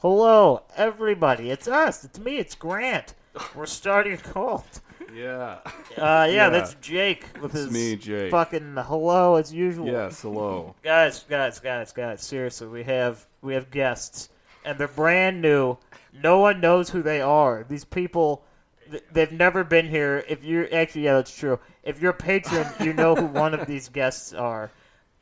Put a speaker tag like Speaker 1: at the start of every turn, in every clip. Speaker 1: Hello, everybody. It's us. It's me. It's Grant. We're starting cold.
Speaker 2: Yeah.
Speaker 1: Uh, yeah,
Speaker 2: Yeah.
Speaker 1: that's Jake with
Speaker 2: It's
Speaker 1: his
Speaker 2: me, Jake.
Speaker 1: fucking hello as usual.
Speaker 2: Yes, hello.
Speaker 1: Guys, guys, guys, guys. Seriously, we have we have guests, and they're brand new. No one knows who they are. These people, th- they've never been here. If you're actually, yeah, that's true. If you're a patron, you know who one of these guests are.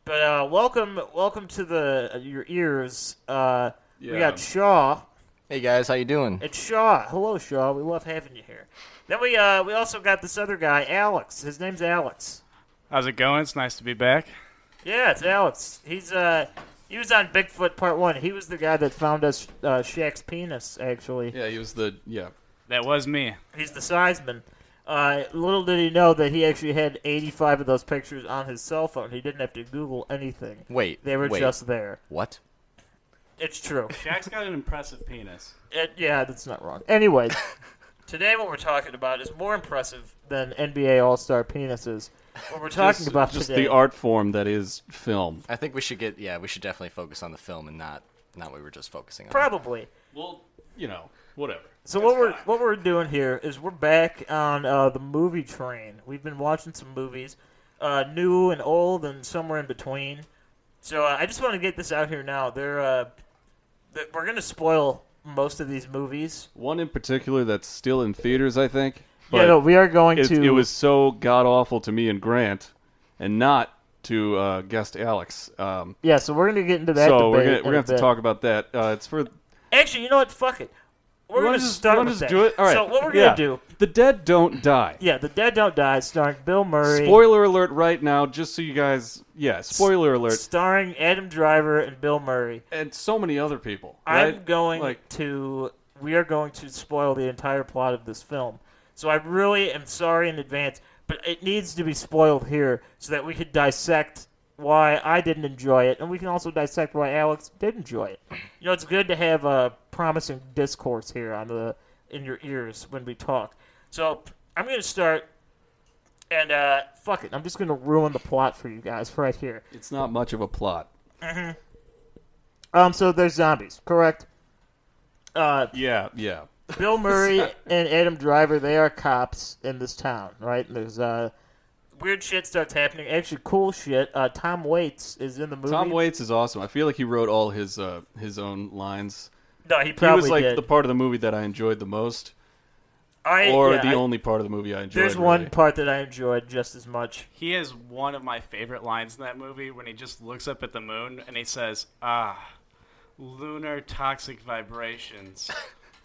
Speaker 1: But uh, welcome, welcome to the uh, your ears. Uh, We
Speaker 2: Yeah.
Speaker 1: got Shaw.
Speaker 3: Hey guys, how you doing?
Speaker 1: It's Shaw. Hello, Shaw. We love having you here. Then we uh, we also got this other guy, Alex. His name's Alex.
Speaker 4: How's it going? It's nice to be back.
Speaker 1: Yeah, it's Alex. He's uh, he was on Bigfoot Part One. He was the guy that found us uh, Shaq's penis. Actually,
Speaker 2: Yeah, he was the yeah.
Speaker 4: That was me.
Speaker 1: he's the seisman. Uh, little did he know that he actually had 85 of those pictures on his cell phone. He didn't have to Google anything.
Speaker 3: Wait,
Speaker 1: they were
Speaker 3: wait.
Speaker 1: just there.
Speaker 3: What?
Speaker 1: It's true.
Speaker 4: Jack's got an impressive penis.
Speaker 1: It, yeah, that's not wrong. Anyways, today what we're talking about is more impressive than NBA All Star penises. What we're talking
Speaker 2: Just-
Speaker 1: about
Speaker 2: just
Speaker 1: today,
Speaker 2: the art form that is film.
Speaker 3: I think we should get yeah, we should definitely focus on the film and not not what we were just focusing on.
Speaker 1: probably.
Speaker 2: Well, you know, whatever.
Speaker 1: So what we're what we're doing here is we're back on uh, the movie train. We've been watching some movies, uh, new and old, and somewhere in between. So uh, I just want to get this out here now. They're, uh, th- we're gonna spoil most of these movies.
Speaker 2: One in particular that's still in theaters, I think. But
Speaker 1: yeah, no, we are going
Speaker 2: it,
Speaker 1: to.
Speaker 2: it was so god awful to me and Grant, and not to uh, guest Alex. Um,
Speaker 1: yeah. So we're gonna get into that.
Speaker 2: so we're
Speaker 1: debate
Speaker 2: gonna, we're
Speaker 1: in
Speaker 2: gonna
Speaker 1: a
Speaker 2: have to
Speaker 1: bit.
Speaker 2: talk about that. Uh, it's for
Speaker 1: Actually, you know what? Fuck it. We're
Speaker 2: You
Speaker 1: gonna
Speaker 2: wanna just,
Speaker 1: start
Speaker 2: you wanna
Speaker 1: with that.
Speaker 2: just do it. All right.
Speaker 1: So what we're
Speaker 2: Yeah.
Speaker 1: gonna do?
Speaker 2: The dead don't die.
Speaker 1: Yeah, the Dead Don't Die, starring Bill Murray,
Speaker 2: Spoiler alert! Right now, just so you guys, yeah, spoiler alert,
Speaker 1: starring Adam Driver and Bill Murray.
Speaker 2: and so many other people.
Speaker 1: I'm
Speaker 2: right?
Speaker 1: going
Speaker 2: like
Speaker 1: to. We are going to spoil the entire plot of this film. So I really am sorry in advance, but it needs to be spoiled here so that we can dissect why I didn't enjoy it, and we can also dissect why Alex did enjoy it. You know, it's good to have a promising discourse here on the in your ears when we talk. So I'm going to start, and uh, fuck it, I'm just going to ruin the plot for you guys right here.
Speaker 2: it's not much of a plot.
Speaker 1: Um, so there's zombies, correct? Uh,
Speaker 2: Yeah, yeah.
Speaker 1: Bill Murray and Adam Driver, they are cops in this town, right? And there's uh, weird shit starts happening. Actually, cool shit. Uh, Tom Waits is in the movie.
Speaker 2: Tom Waits is awesome. I feel like he wrote all his uh, his own lines.
Speaker 1: No, he
Speaker 2: He
Speaker 1: probably
Speaker 2: was like
Speaker 1: did.
Speaker 2: the part of the movie that I enjoyed the most,
Speaker 1: I,
Speaker 2: or
Speaker 1: yeah,
Speaker 2: the
Speaker 1: I-
Speaker 2: only part of the movie I enjoyed.
Speaker 1: There's one
Speaker 2: really.
Speaker 1: part that I enjoyed just as much.
Speaker 4: He has one of my favorite lines in that movie when he just looks up at the moon and he says, Ah, lunar toxic vibrations.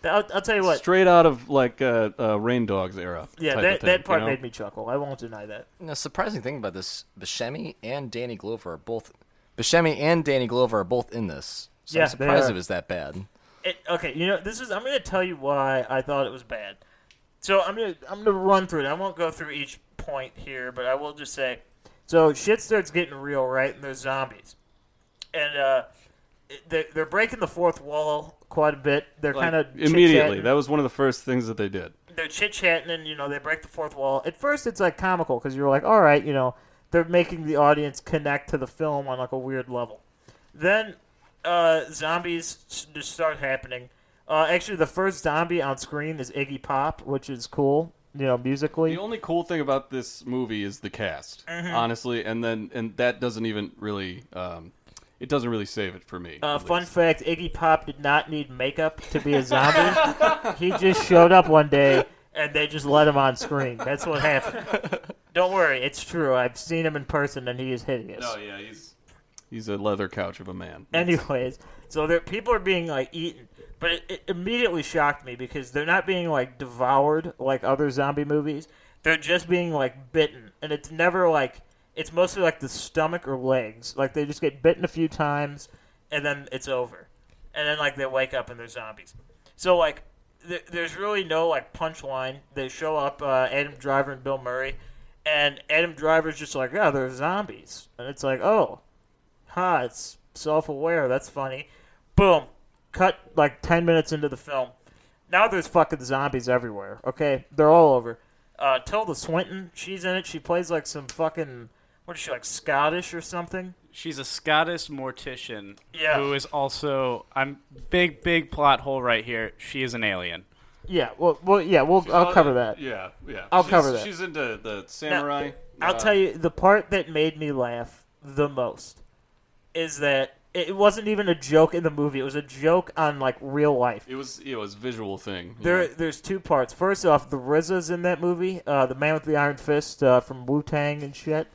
Speaker 1: I'll, I'll tell you what.
Speaker 2: straight out of like uh, uh, Rain Dogs era.
Speaker 1: yeah,
Speaker 2: type of
Speaker 1: that,
Speaker 2: thing,
Speaker 1: that part
Speaker 2: you know?
Speaker 1: made me chuckle. I won't deny that.
Speaker 3: The surprising thing about this, Buscemi and Danny Glover are both Buscemi and Danny Glover are both in this. So
Speaker 1: Yeah,
Speaker 3: I'm
Speaker 1: they
Speaker 3: surprised
Speaker 1: are.
Speaker 3: it was that bad.
Speaker 1: It, okay, you know this is. I'm going to tell you why I thought it was bad. So I'm going to I'm going to run through it. I won't go through each point here, but I will just say. So shit starts getting real, right? And there's zombies, and uh, they're, they're breaking the fourth wall quite a bit. They're
Speaker 2: Like,
Speaker 1: kind of
Speaker 2: immediately. That was one of the first things that they did.
Speaker 1: they're chit chatting, and you know they break the fourth wall. At first, it's like comical because you're like, all right, you know they're making the audience connect to the film on like a weird level. Then uh, zombies s- just start happening. Uh, actually, the first zombie on screen is Iggy Pop, which is cool, you know, musically.
Speaker 2: The only cool thing about this movie is the cast,
Speaker 1: Mm-hmm.
Speaker 2: honestly, and then and that doesn't even really, um, it doesn't really save it for me.
Speaker 1: Uh,
Speaker 2: at
Speaker 1: fun
Speaker 2: least.
Speaker 1: fact: Iggy Pop did not need makeup to be a zombie. he just showed up one day, and they just let him on screen. That's what happened. Don't worry, it's true. I've seen him in person, and he is hideous.
Speaker 2: Oh yeah, he's he's a leather couch of a man.
Speaker 1: Anyways, so there, people are being like eaten, but it, it immediately shocked me because they're not being like devoured like other zombie movies. They're just being like bitten, and it's never like it's mostly like the stomach or legs. Like they just get bitten a few times, and then it's over, and then like they wake up and they're zombies. So like th- there's really no like punchline. They show up uh, Adam Driver and Bill Murray, and Adam Driver's just like, yeah, they're zombies, and it's like, oh ha, it's self aware, that's funny. Boom. Cut like 10 minutes into the film. Now there's fucking zombies everywhere, okay? They're all over. Uh, Tilda Swinton, she's in it. She plays like some fucking, what is she, like Scottish or something?
Speaker 4: She's a Scottish mortician
Speaker 1: Yeah.
Speaker 4: who is also I'm big big plot hole right here. She is an alien.
Speaker 1: Yeah, well, well yeah, we'll, I'll cover that.
Speaker 2: Oh, Yeah, yeah.
Speaker 1: I'll cover that.
Speaker 2: She's into the
Speaker 1: Now,
Speaker 2: samurai. uh,
Speaker 1: I'll tell you the part that made me laugh the most is that it wasn't even a joke in the movie. It was a joke on like real life.
Speaker 2: It was it was a visual thing. you
Speaker 1: There,
Speaker 2: know.
Speaker 1: there's two parts. First off, the RZA's in that movie, uh, the man with the iron fist uh, from Wu Tang and shit.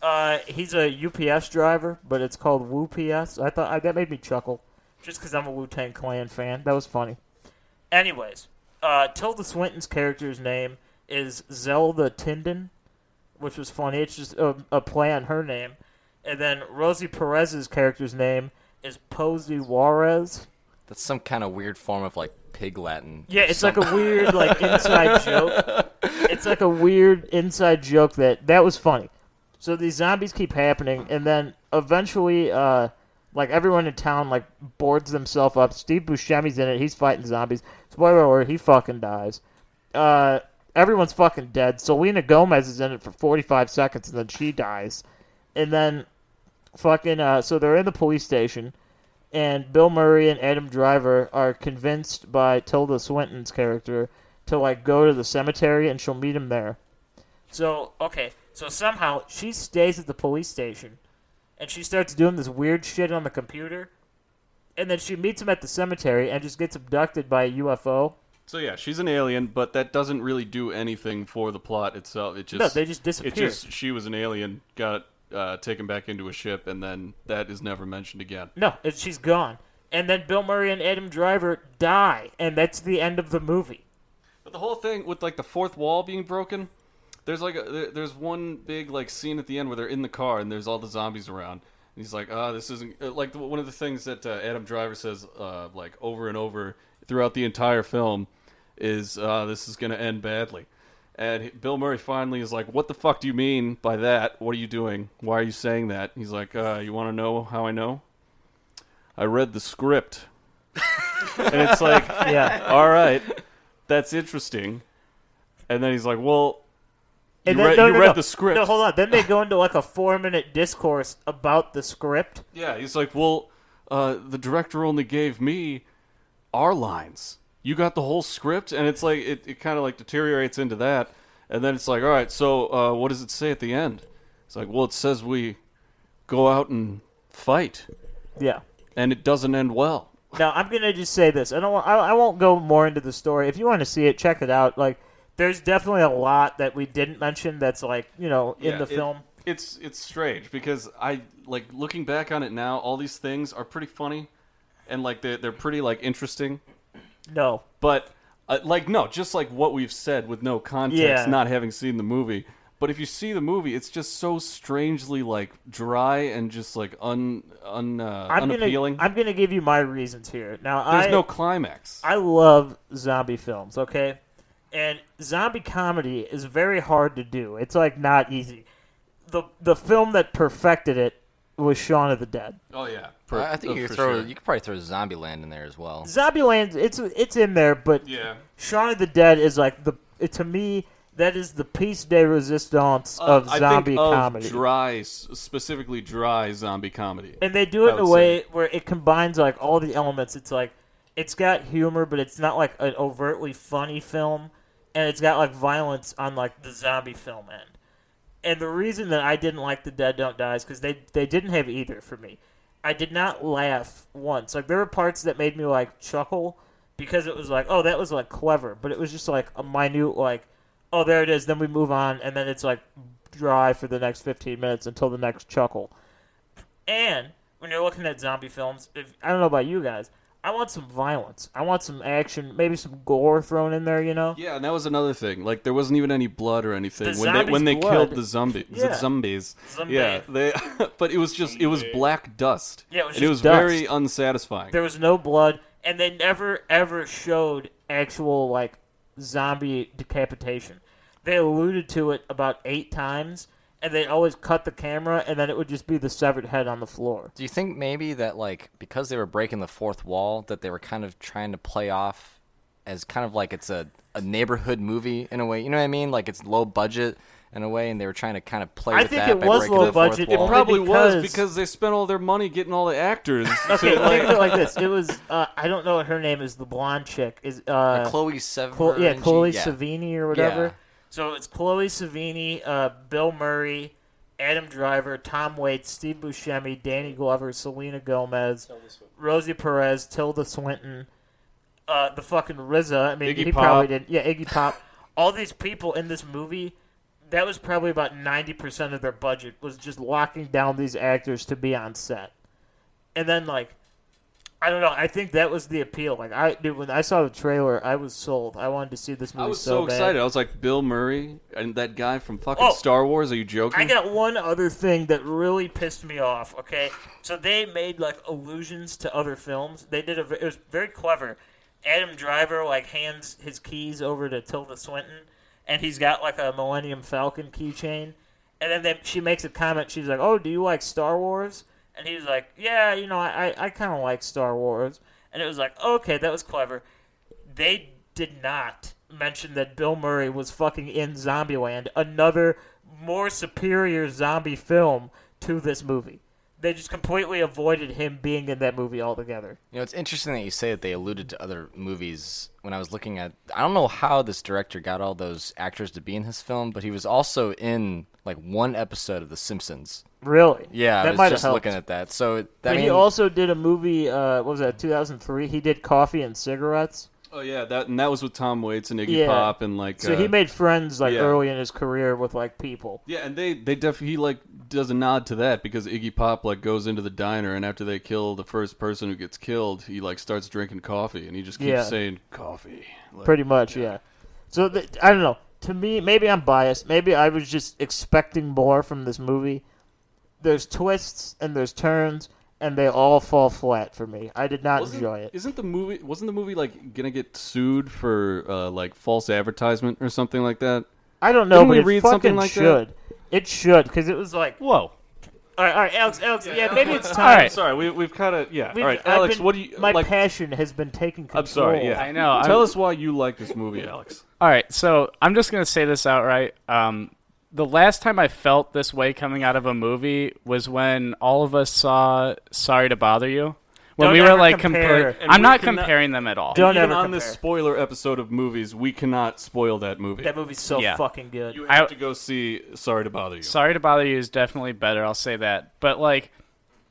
Speaker 1: Uh, he's a UPS driver, but it's called Wu PS. I thought I, that made me chuckle, just because I'm a Wu Tang Clan fan. That was funny. Anyways, uh, Tilda Swinton's character's name is Zelda Tinden, which was funny. It's just a, a play on her name. And then Rosie Perez's character's name is Posey Juarez.
Speaker 3: That's some kind of weird form of like pig Latin.
Speaker 1: Yeah, it's like a weird like inside joke. It's like a weird inside joke that that was funny. So these zombies keep happening, and then eventually, uh, like everyone in town like boards themselves up. Steve Buscemi's in it; he's fighting zombies. Spoiler alert: he fucking dies. Uh, everyone's fucking dead. Selena Gomez is in it for forty-five seconds, and then she dies. And then fucking uh, so they're in the police station and Bill Murray and Adam Driver are convinced by Tilda Swinton's character to like go to the cemetery and she'll meet him there. So okay, so somehow she stays at the police station, and she starts doing this weird shit on the computer, and then she meets him at the cemetery and just gets abducted by a UFO.
Speaker 2: So yeah, she's an alien, but that doesn't really do anything for the plot itself. It just
Speaker 1: No, they just
Speaker 2: It
Speaker 1: disappear.
Speaker 2: just she was an alien, got uh, taken back into a ship, and then that is never mentioned again.
Speaker 1: No, it's, she's gone. And then Bill Murray and Adam Driver die, and that's the end of the movie.
Speaker 2: But the whole thing with like the fourth wall being broken, there's like a, there- there's one big like scene at the end where they're in the car and there's all the zombies around. And he's like, "Ah, this isn't uh, like the, one of the things that uh, Adam Driver says uh, like over and over throughout the entire film is uh, this is going to end badly." And he- Bill Murray finally is like, "What the fuck do you mean by that? What are you doing? Why are you saying that?" He's like, uh, "You want to know how I know? I read the script." and it's like,
Speaker 1: Yeah.
Speaker 2: all right, that's interesting. And then he's like, well,
Speaker 1: And
Speaker 2: You read- you read the script.
Speaker 1: No, hold on. Then they go into like a four-minute discourse about the script.
Speaker 2: yeah, he's like, well, uh, the director only gave me our lines. You got the whole script, and it's like it, it kind of like deteriorates into that, and then it's like, all right, so uh, what does it say at the end? It's like, well, it says we go out and fight,
Speaker 1: Yeah.
Speaker 2: and it doesn't end well.
Speaker 1: Now I'm gonna just say this. I don't. Want, I, I won't go more into the story. If you want to see it, check it out. Like, there's definitely a lot that we didn't mention. That's like you know in
Speaker 2: Yeah,
Speaker 1: the
Speaker 2: it-
Speaker 1: film.
Speaker 2: It's it's strange because I like looking back on it now. All these things are pretty funny, and like they they're pretty like interesting.
Speaker 1: No.
Speaker 2: But uh, like no, just like what we've said with no context,
Speaker 1: Yeah.
Speaker 2: not having seen the movie. But if you see the movie, it's just so strangely like dry and just like un un uh,
Speaker 1: I'm
Speaker 2: unappealing.
Speaker 1: gonna. I'm gonna give you my reasons here. Now
Speaker 2: There's
Speaker 1: I
Speaker 2: no climax.
Speaker 1: I love zombie films, okay? And zombie comedy is very hard to do. It's like not easy. The the film that perfected it was Shaun of the Dead.
Speaker 2: oh yeah, for,
Speaker 3: I I think
Speaker 2: uh,
Speaker 3: you
Speaker 2: for
Speaker 3: could throw
Speaker 2: sure.
Speaker 3: you could probably throw Zombieland in there as well.
Speaker 1: Zombieland it's it's in there, but
Speaker 2: yeah.
Speaker 1: Shaun of the Dead is like the it, to me That is the piece de resistance of
Speaker 2: Uh, I
Speaker 1: zombie
Speaker 2: think of
Speaker 1: comedy.
Speaker 2: Dry, s- specifically dry zombie comedy.
Speaker 1: and they do it
Speaker 2: I
Speaker 1: in a
Speaker 2: would
Speaker 1: way where it combines like all the elements. It's like it's got humor, but it's not like an overtly funny film, and it's got like violence on like the zombie film end. And the reason that I didn't like the Dead Don't Die is because they they didn't have either for me. I did not laugh once. Like there were parts that made me like chuckle because it was like, oh, that was like clever, but it was just like a minute like, oh, there it is. Then we move on, and then it's like dry for the next fifteen minutes until the next chuckle. And when you're looking at zombie films, if, I don't know about you guys, I want some violence. I want some action, maybe some gore thrown in there. You know,
Speaker 2: Yeah, and that was another thing. Like there wasn't even any blood or anything
Speaker 1: The
Speaker 2: when they when
Speaker 1: zombies'
Speaker 2: they
Speaker 1: blood.
Speaker 2: killed the zombies.
Speaker 1: Yeah.
Speaker 2: Zombies.
Speaker 1: Zombie.
Speaker 2: Yeah, they. but it was just it was black dust.
Speaker 1: Yeah, it was
Speaker 2: and
Speaker 1: just
Speaker 2: it was
Speaker 1: dust.
Speaker 2: very unsatisfying.
Speaker 1: there was no blood, and they never ever showed actual like zombie decapitation. They alluded to it about eight times, and they always cut the camera, and then it would just be the severed head on the floor.
Speaker 3: Do you think maybe that like because they were breaking the fourth wall that they were kind of trying to play off as kind of like it's a, a neighborhood movie in a way, you know what I mean? Like it's low budget in a way, and they were trying to kind of play
Speaker 1: I
Speaker 3: with
Speaker 1: think
Speaker 3: that
Speaker 1: it
Speaker 3: by
Speaker 1: was
Speaker 3: breaking
Speaker 1: low
Speaker 3: the fourth
Speaker 1: budget. It
Speaker 3: wall.
Speaker 1: prob-
Speaker 2: Probably was
Speaker 1: because-
Speaker 2: because they spent all their money getting all the actors.
Speaker 1: Okay, think of it like this. It was uh, I don't know what her name is. The blonde chick is uh,
Speaker 3: Chloe Sevigny.
Speaker 1: Chlo- yeah, Chloe Savini or whatever.
Speaker 3: Yeah.
Speaker 1: So it's Chloe Savini, uh, Bill Murray, Adam Driver, Tom Waits, Steve Buscemi, Danny Glover, Selena Gomez, Rosie Perez, Tilda Swinton, uh, the fucking RZA. I mean,
Speaker 2: Iggy
Speaker 1: he
Speaker 2: Pop.
Speaker 1: probably did. Yeah, Iggy Pop. All these people in this movie. That was probably about ninety percent of their budget was just locking down these actors to be on set, and then like I don't know. I think that was the appeal. Like I, dude, when I saw the trailer, I was sold. I wanted to see this movie
Speaker 2: I was
Speaker 1: so,
Speaker 2: so,
Speaker 1: bad.
Speaker 2: excited. I was like, Bill Murray and that guy from fucking
Speaker 1: Oh.
Speaker 2: Star Wars. Are you joking?
Speaker 1: I got one other thing that really pissed me off. Okay, so they made like allusions to other films. They did a. ve- It was very clever. Adam Driver like hands his keys over to Tilda Swinton, and he's got like a Millennium Falcon keychain. And then they, she makes a comment. She's like, "Oh, do you like Star Wars?" And he's like, "Yeah, you know, I I, I kind of like Star Wars." And it was like, "Okay, that was clever." they did not mention that Bill Murray was fucking in Zombieland, another more superior zombie film to this movie. They just completely avoided him being in that movie altogether.
Speaker 3: You know, it's interesting that you say that they alluded to other movies when I was looking at I don't know how this director got all those actors to be in his film, but he was also in like one episode of The Simpsons.
Speaker 1: Really?
Speaker 3: Yeah,
Speaker 1: that
Speaker 3: I
Speaker 1: might
Speaker 3: was just
Speaker 1: have helped.
Speaker 3: looking at that. So it- that
Speaker 1: But he
Speaker 3: mean-
Speaker 1: also did a movie. Uh, what was that? Two thousand three. He did Coffee and Cigarettes.
Speaker 2: oh yeah, that and that was with Tom Waits and Iggy
Speaker 1: Yeah.
Speaker 2: Pop and like.
Speaker 1: So
Speaker 2: uh,
Speaker 1: he made friends like
Speaker 2: yeah.
Speaker 1: early in his career with like people.
Speaker 2: Yeah, and they they def he like does a nod to that because Iggy Pop like goes into the diner and after they kill the first person who gets killed, he like starts drinking coffee and he just keeps
Speaker 1: Yeah.
Speaker 2: saying coffee. Like,
Speaker 1: Pretty much, yeah. So th I don't know. To me, maybe I'm biased. Maybe I was just expecting more from this movie. There's twists and there's turns, and they all fall flat for me. I did not
Speaker 2: wasn't-
Speaker 1: enjoy it.
Speaker 2: Isn't the movie wasn't the movie like gonna get sued for uh, like false advertisement or something like that?
Speaker 1: I don't know,
Speaker 2: Didn't
Speaker 1: but
Speaker 2: we
Speaker 1: it
Speaker 2: read
Speaker 1: fucking
Speaker 2: something like that?
Speaker 1: should. It should because it was like, all
Speaker 4: Whoa.
Speaker 1: right, all right, Alex, Alex, yeah, maybe it's time.
Speaker 4: All right.
Speaker 2: Sorry, we we've kind of yeah.
Speaker 1: We've-
Speaker 2: All right,
Speaker 1: I've
Speaker 2: Alex,
Speaker 1: been-
Speaker 2: what do you
Speaker 1: My
Speaker 2: like?
Speaker 1: passion has been taken control.
Speaker 2: I'm sorry. Yeah,
Speaker 4: I know,
Speaker 2: Tell
Speaker 4: I'm-
Speaker 2: us why you like this movie, Alex.
Speaker 4: All right, so I'm just gonna say this outright. Um, the last time I felt this way coming out of a movie was when all of us saw "Sorry to Bother You." When
Speaker 1: Don't
Speaker 4: we were
Speaker 1: ever
Speaker 4: like,
Speaker 1: compare.
Speaker 4: compar-
Speaker 2: And
Speaker 4: I'm
Speaker 2: we
Speaker 4: not
Speaker 2: cannot-
Speaker 4: comparing them at all.
Speaker 1: Don't
Speaker 2: Even
Speaker 1: ever
Speaker 2: on this
Speaker 1: compare.
Speaker 2: spoiler episode of movies, we cannot spoil that movie.
Speaker 1: That movie's so
Speaker 4: Yeah.
Speaker 1: fucking good.
Speaker 2: you have
Speaker 4: I-
Speaker 2: to go see. Sorry to bother you.
Speaker 4: Sorry to bother you is definitely better. I'll say that. But like,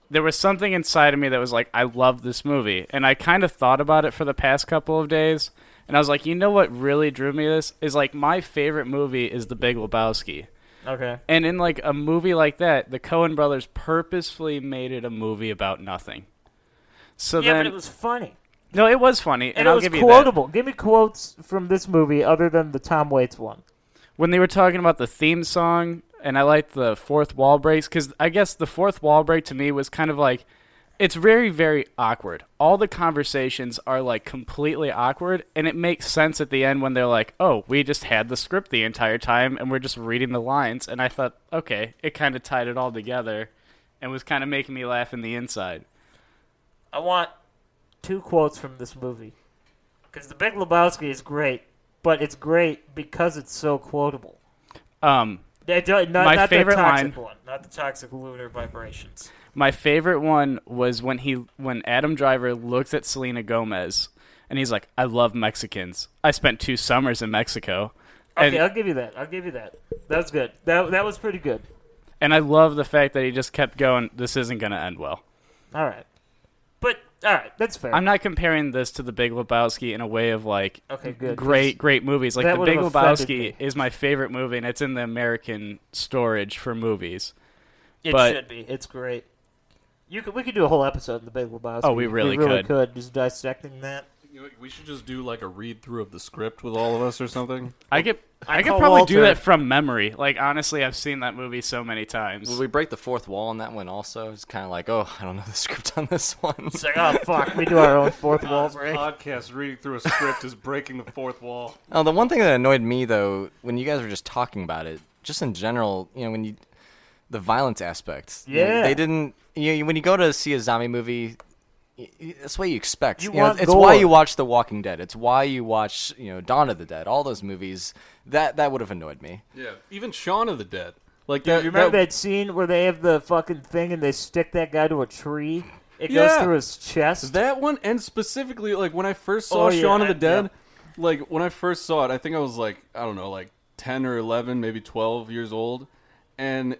Speaker 4: there was something inside of me that was like, I love this movie, and I kind of thought about it for the past couple of days, and I was like, you know what really drew me to this is like my favorite movie is The Big Lebowski.
Speaker 1: Okay.
Speaker 4: And in like a movie like that, the Coen brothers purposefully made it a movie about nothing. So
Speaker 1: Yeah,
Speaker 4: then
Speaker 1: but it was funny.
Speaker 4: no, it was funny, and,
Speaker 1: And,
Speaker 4: I'll
Speaker 1: it was
Speaker 4: give you that.
Speaker 1: quotable. Give me quotes from this movie other than the Tom Waits one.
Speaker 4: when they were talking about the theme song and I liked the fourth wall breaks cuz I guess the fourth wall break to me was kind of like it's very very awkward. All the conversations are like completely awkward and it makes sense at the end when they're like, "Oh, we just had the script the entire time and we're just reading the lines." And I thought, "Okay, it kind of tied it all together." And was kind of making me laugh in the inside.
Speaker 1: I want two quotes from this movie because The Big Lebowski is great, but it's great because it's so quotable.
Speaker 4: Um,
Speaker 1: They don't- Not,
Speaker 4: My
Speaker 1: not
Speaker 4: favorite
Speaker 1: the toxic
Speaker 4: line-
Speaker 1: one, not the toxic lunar vibrations.
Speaker 4: My favorite one was when he when Adam Driver looks at Selena Gomez and he's like, "I love Mexicans. I spent two summers in Mexico."
Speaker 1: Okay,
Speaker 4: And,
Speaker 1: I'll give you that. I'll give you that. That was good. That that was pretty good.
Speaker 4: and I love the fact that he just kept going, "This isn't going to end well."
Speaker 1: All right, but all right, that's fair.
Speaker 4: I'm not comparing this to The Big Lebowski in a way of like
Speaker 1: Okay, good.
Speaker 4: great great movies. Like
Speaker 1: That
Speaker 4: The
Speaker 1: would've
Speaker 4: Big
Speaker 1: offended
Speaker 4: Lebowski
Speaker 1: me.
Speaker 4: is my favorite movie and it's in the American storage for movies.
Speaker 1: it
Speaker 4: but-
Speaker 1: should be. It's great. You could, we could do a whole episode on the Big Lebowski.
Speaker 4: Oh, we really
Speaker 1: really
Speaker 4: could.
Speaker 1: Just dissecting that.
Speaker 2: You know, We should just do like a read through of the script with all of us or something.
Speaker 4: I get I, could
Speaker 1: call
Speaker 4: probably do
Speaker 1: Walter.
Speaker 4: that from memory. Like honestly, I've seen that movie so many times.
Speaker 3: Will we break the fourth wall on that one also? It's kind of like, oh, I don't know the script on this one.
Speaker 1: It's like, oh fuck, we do our own fourth wall
Speaker 2: This
Speaker 1: break.
Speaker 2: podcast reading through a script is breaking the fourth wall.
Speaker 3: Oh, the one thing that annoyed me though, when you guys were just talking about it, just in general, you know, when you the violence aspects. you know,
Speaker 1: Yeah.
Speaker 3: they didn't. You know, when you go to see a zombie movie, y- y- that's what you expect.
Speaker 1: You
Speaker 3: know,
Speaker 1: want
Speaker 3: it's why
Speaker 1: gore.
Speaker 3: you watch The Walking Dead. It's why you watch, you know, Dawn of the Dead. All those movies. That that would have annoyed me.
Speaker 2: Yeah, even Shaun of the Dead. Like
Speaker 1: Dude,
Speaker 2: that.
Speaker 1: you remember
Speaker 2: that,
Speaker 1: that scene where they have the fucking thing and they stick that guy to a tree? It goes
Speaker 2: Yeah.
Speaker 1: through his chest.
Speaker 2: that one, and specifically, like when I first saw
Speaker 1: Oh, yeah,
Speaker 2: Shaun of the
Speaker 1: I-
Speaker 2: Dead, like when I first saw it, I think I was like I don't know, like ten or eleven, maybe twelve years old, and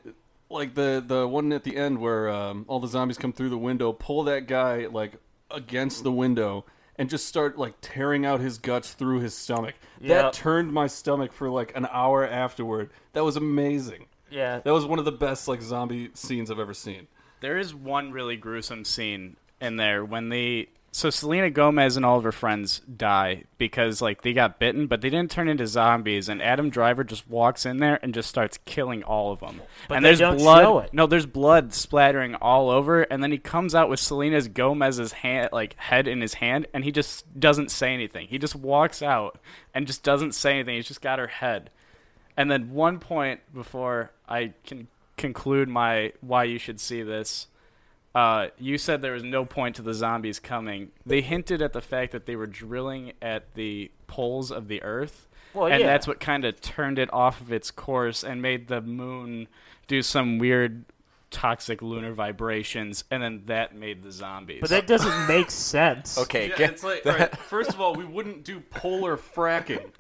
Speaker 2: like the the one at the end where um, all the zombies come through the window, pull that guy like against the window. And just start like tearing out his guts through his stomach.
Speaker 1: Yeah.
Speaker 2: That turned my stomach for like an hour afterward. That was amazing.
Speaker 1: yeah.
Speaker 2: That was one of the best like zombie scenes I've ever seen.
Speaker 4: There is one really gruesome scene in there when they so Selena Gomez and all of her friends die because like they got bitten, but they didn't turn into zombies. And Adam Driver just walks in there and just starts killing all of them.
Speaker 1: But
Speaker 4: and
Speaker 1: they
Speaker 4: there's
Speaker 1: don't
Speaker 4: blood.
Speaker 1: show it.
Speaker 4: No, there's blood splattering all over. And then he comes out with Selena's Gomez's hand, like head in his hand, and he just doesn't say anything. He just walks out and just doesn't say anything. He's just got her head. And then one point before I can conclude my why you should see this, uh, you said there was no point to the zombies coming. They hinted at the fact that they were drilling at the poles of the Earth,
Speaker 1: Well,
Speaker 4: and
Speaker 1: yeah.
Speaker 4: that's what kind of turned it off of its course and made the moon do some weird toxic lunar vibrations, and then that made the zombies.
Speaker 1: But that doesn't make sense.
Speaker 3: Okay,
Speaker 2: Yeah,
Speaker 3: get-
Speaker 2: it's like, all right, first of all, we wouldn't do polar fracking.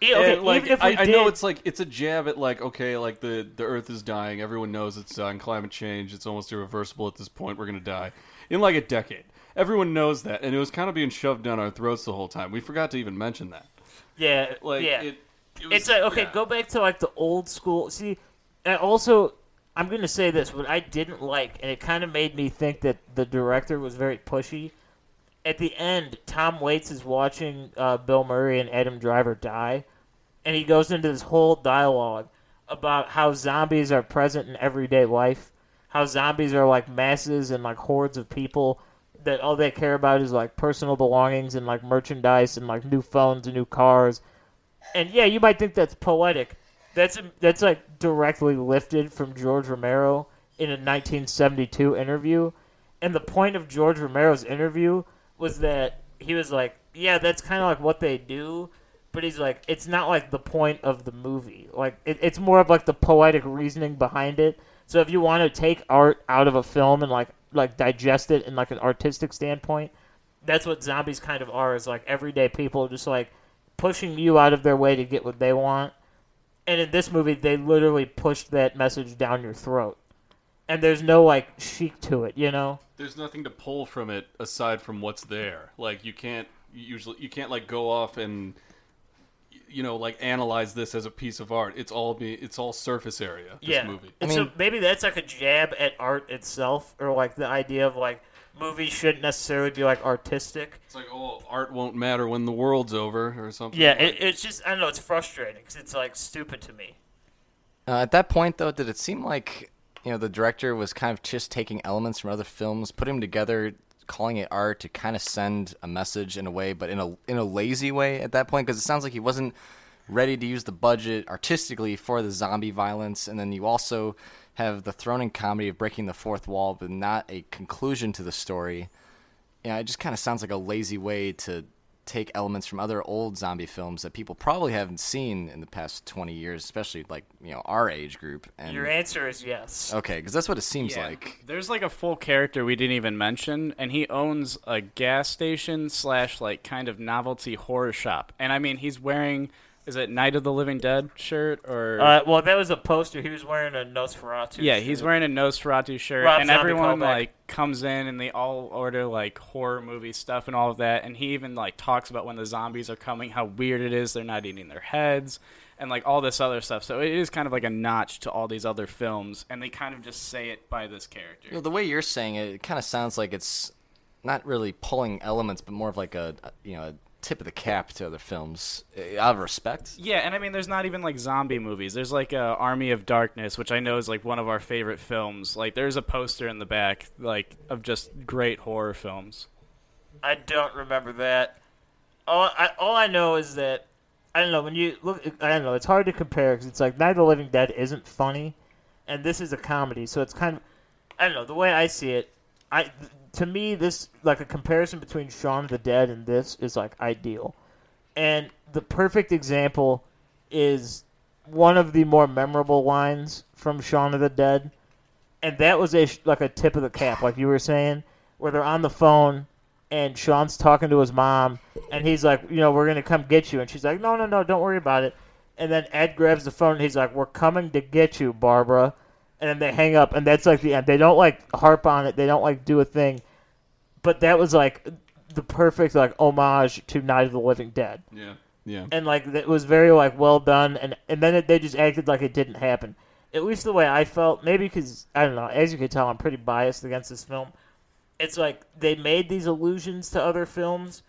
Speaker 1: Yeah, okay,
Speaker 2: And, like,
Speaker 1: even if we
Speaker 2: I, I
Speaker 1: did,
Speaker 2: know it's like it's a jab at like okay, like the the Earth is dying. Everyone knows it's on climate change. It's almost irreversible at this point. We're gonna die in like a decade. Everyone knows that, and it was kind of being shoved down our throats the whole time. We forgot to even mention that.
Speaker 1: yeah,
Speaker 2: Like,
Speaker 1: yeah.
Speaker 2: it, it was-
Speaker 1: it's like okay,
Speaker 2: yeah.
Speaker 1: go back to like the old school. See, and also, I'm gonna say this, what I didn't like, and it kind of made me think that the director was very pushy. At the end, Tom Waits is watching uh, Bill Murray and Adam Driver die, and he goes into this whole dialogue about how zombies are present in everyday life, how zombies are like masses and like hordes of people that all they care about is like personal belongings and like merchandise and like new phones and new cars. And yeah, you might think that's poetic. That's um, that's like directly lifted from George Romero in a 1972 interview. And the point of George Romero's interview was that he was like, yeah, that's kind of like what they do, but he's like, it's not like the point of the movie. Like, it, it's more of like the poetic reasoning behind it. So if you want to take art out of a film and like like digest it in like an artistic standpoint, that's what zombies kind of are. Is like everyday people just like pushing you out of their way to get what they want. And in this movie, they literally pushed that message down your throat. And there's no like chic to it, you know.
Speaker 2: there's nothing to pull from it aside from what's there. Like you can't usually you can't like go off and you know like analyze this as a piece of art. It's all be it's all surface area. This
Speaker 1: yeah.
Speaker 2: movie.
Speaker 1: And so maybe that's like a jab at art itself, or like the idea of like movies shouldn't necessarily be like artistic.
Speaker 2: It's like oh, art won't matter when the world's over or something.
Speaker 1: Yeah, it, it's just I don't know. It's frustrating because it's like stupid to me.
Speaker 3: Uh, at that point, though, did it seem like you know the director was kind of just taking elements from other films, putting them together, calling it art to kind of send a message in a way, but in a in a lazy way at that point? Because it sounds like he wasn't ready to use the budget artistically for the zombie violence, and then you also have the thrown in comedy of breaking the fourth wall, but not a conclusion to the story. Yeah, it just kind of sounds like a lazy way to take elements from other old zombie films that people probably haven't seen in the past 20 years, especially like, you know, our age group. And
Speaker 1: Your answer is yes.
Speaker 3: Okay, because that's what it seems like.
Speaker 4: There's like a full character we didn't even mention, and he owns a gas station slash like kind of novelty horror shop. And I mean, he's wearing is it Night of the Living Dead shirt or
Speaker 1: Uh, well, that was a poster. He was wearing a Nosferatu.
Speaker 4: yeah,
Speaker 1: shirt.
Speaker 4: he's wearing a Nosferatu shirt,
Speaker 1: Rob
Speaker 4: and
Speaker 1: Zombie
Speaker 4: everyone
Speaker 1: callback.
Speaker 4: like comes in and they all order like horror movie stuff and all of that. And he even like talks about when the zombies are coming, how weird it is. They're not eating their heads, and like all this other stuff. So it is kind of like a notch to all these other films, and they kind of just say it by this character.
Speaker 3: You know, the way you're saying it, it kind of sounds like it's not really pulling elements, but more of like a, a- you know, a tip of the cap to other films uh, out of respect.
Speaker 4: Yeah, and I mean, there's not even like zombie movies. There's like uh, Army of Darkness, which I know is like one of our favorite films. Like, there's a poster in the back, like of just great horror films.
Speaker 1: I don't remember that. All I, all I know is that I don't know when you look. I don't know. It's hard to compare because it's like Night of the Living Dead isn't funny, and this is a comedy, so it's kind of I don't know the way I see it. I to me this like a comparison between Shaun of the Dead and this is like ideal, and the perfect example is one of the more memorable lines from Shaun of the Dead and that was a sh- like a tip of the cap, like you were saying, where they're on the phone and Sean's talking to his mom, and he's like, you know, we're gonna come get you, and she's like, no, no, no, don't worry about it. And then Ed grabs the phone and he's like, we're coming to get you, Barbara. And then they hang up, and that's like the end. They don't like harp on it. They don't like do a thing. But that was like the perfect like homage to Night of the Living Dead
Speaker 2: Yeah. Yeah.
Speaker 1: and like it was very like well done and and then it, they just acted like it didn't happen at least the way i felt maybe because i don't know as you can tell i'm pretty biased against this film it's like they made these allusions to other films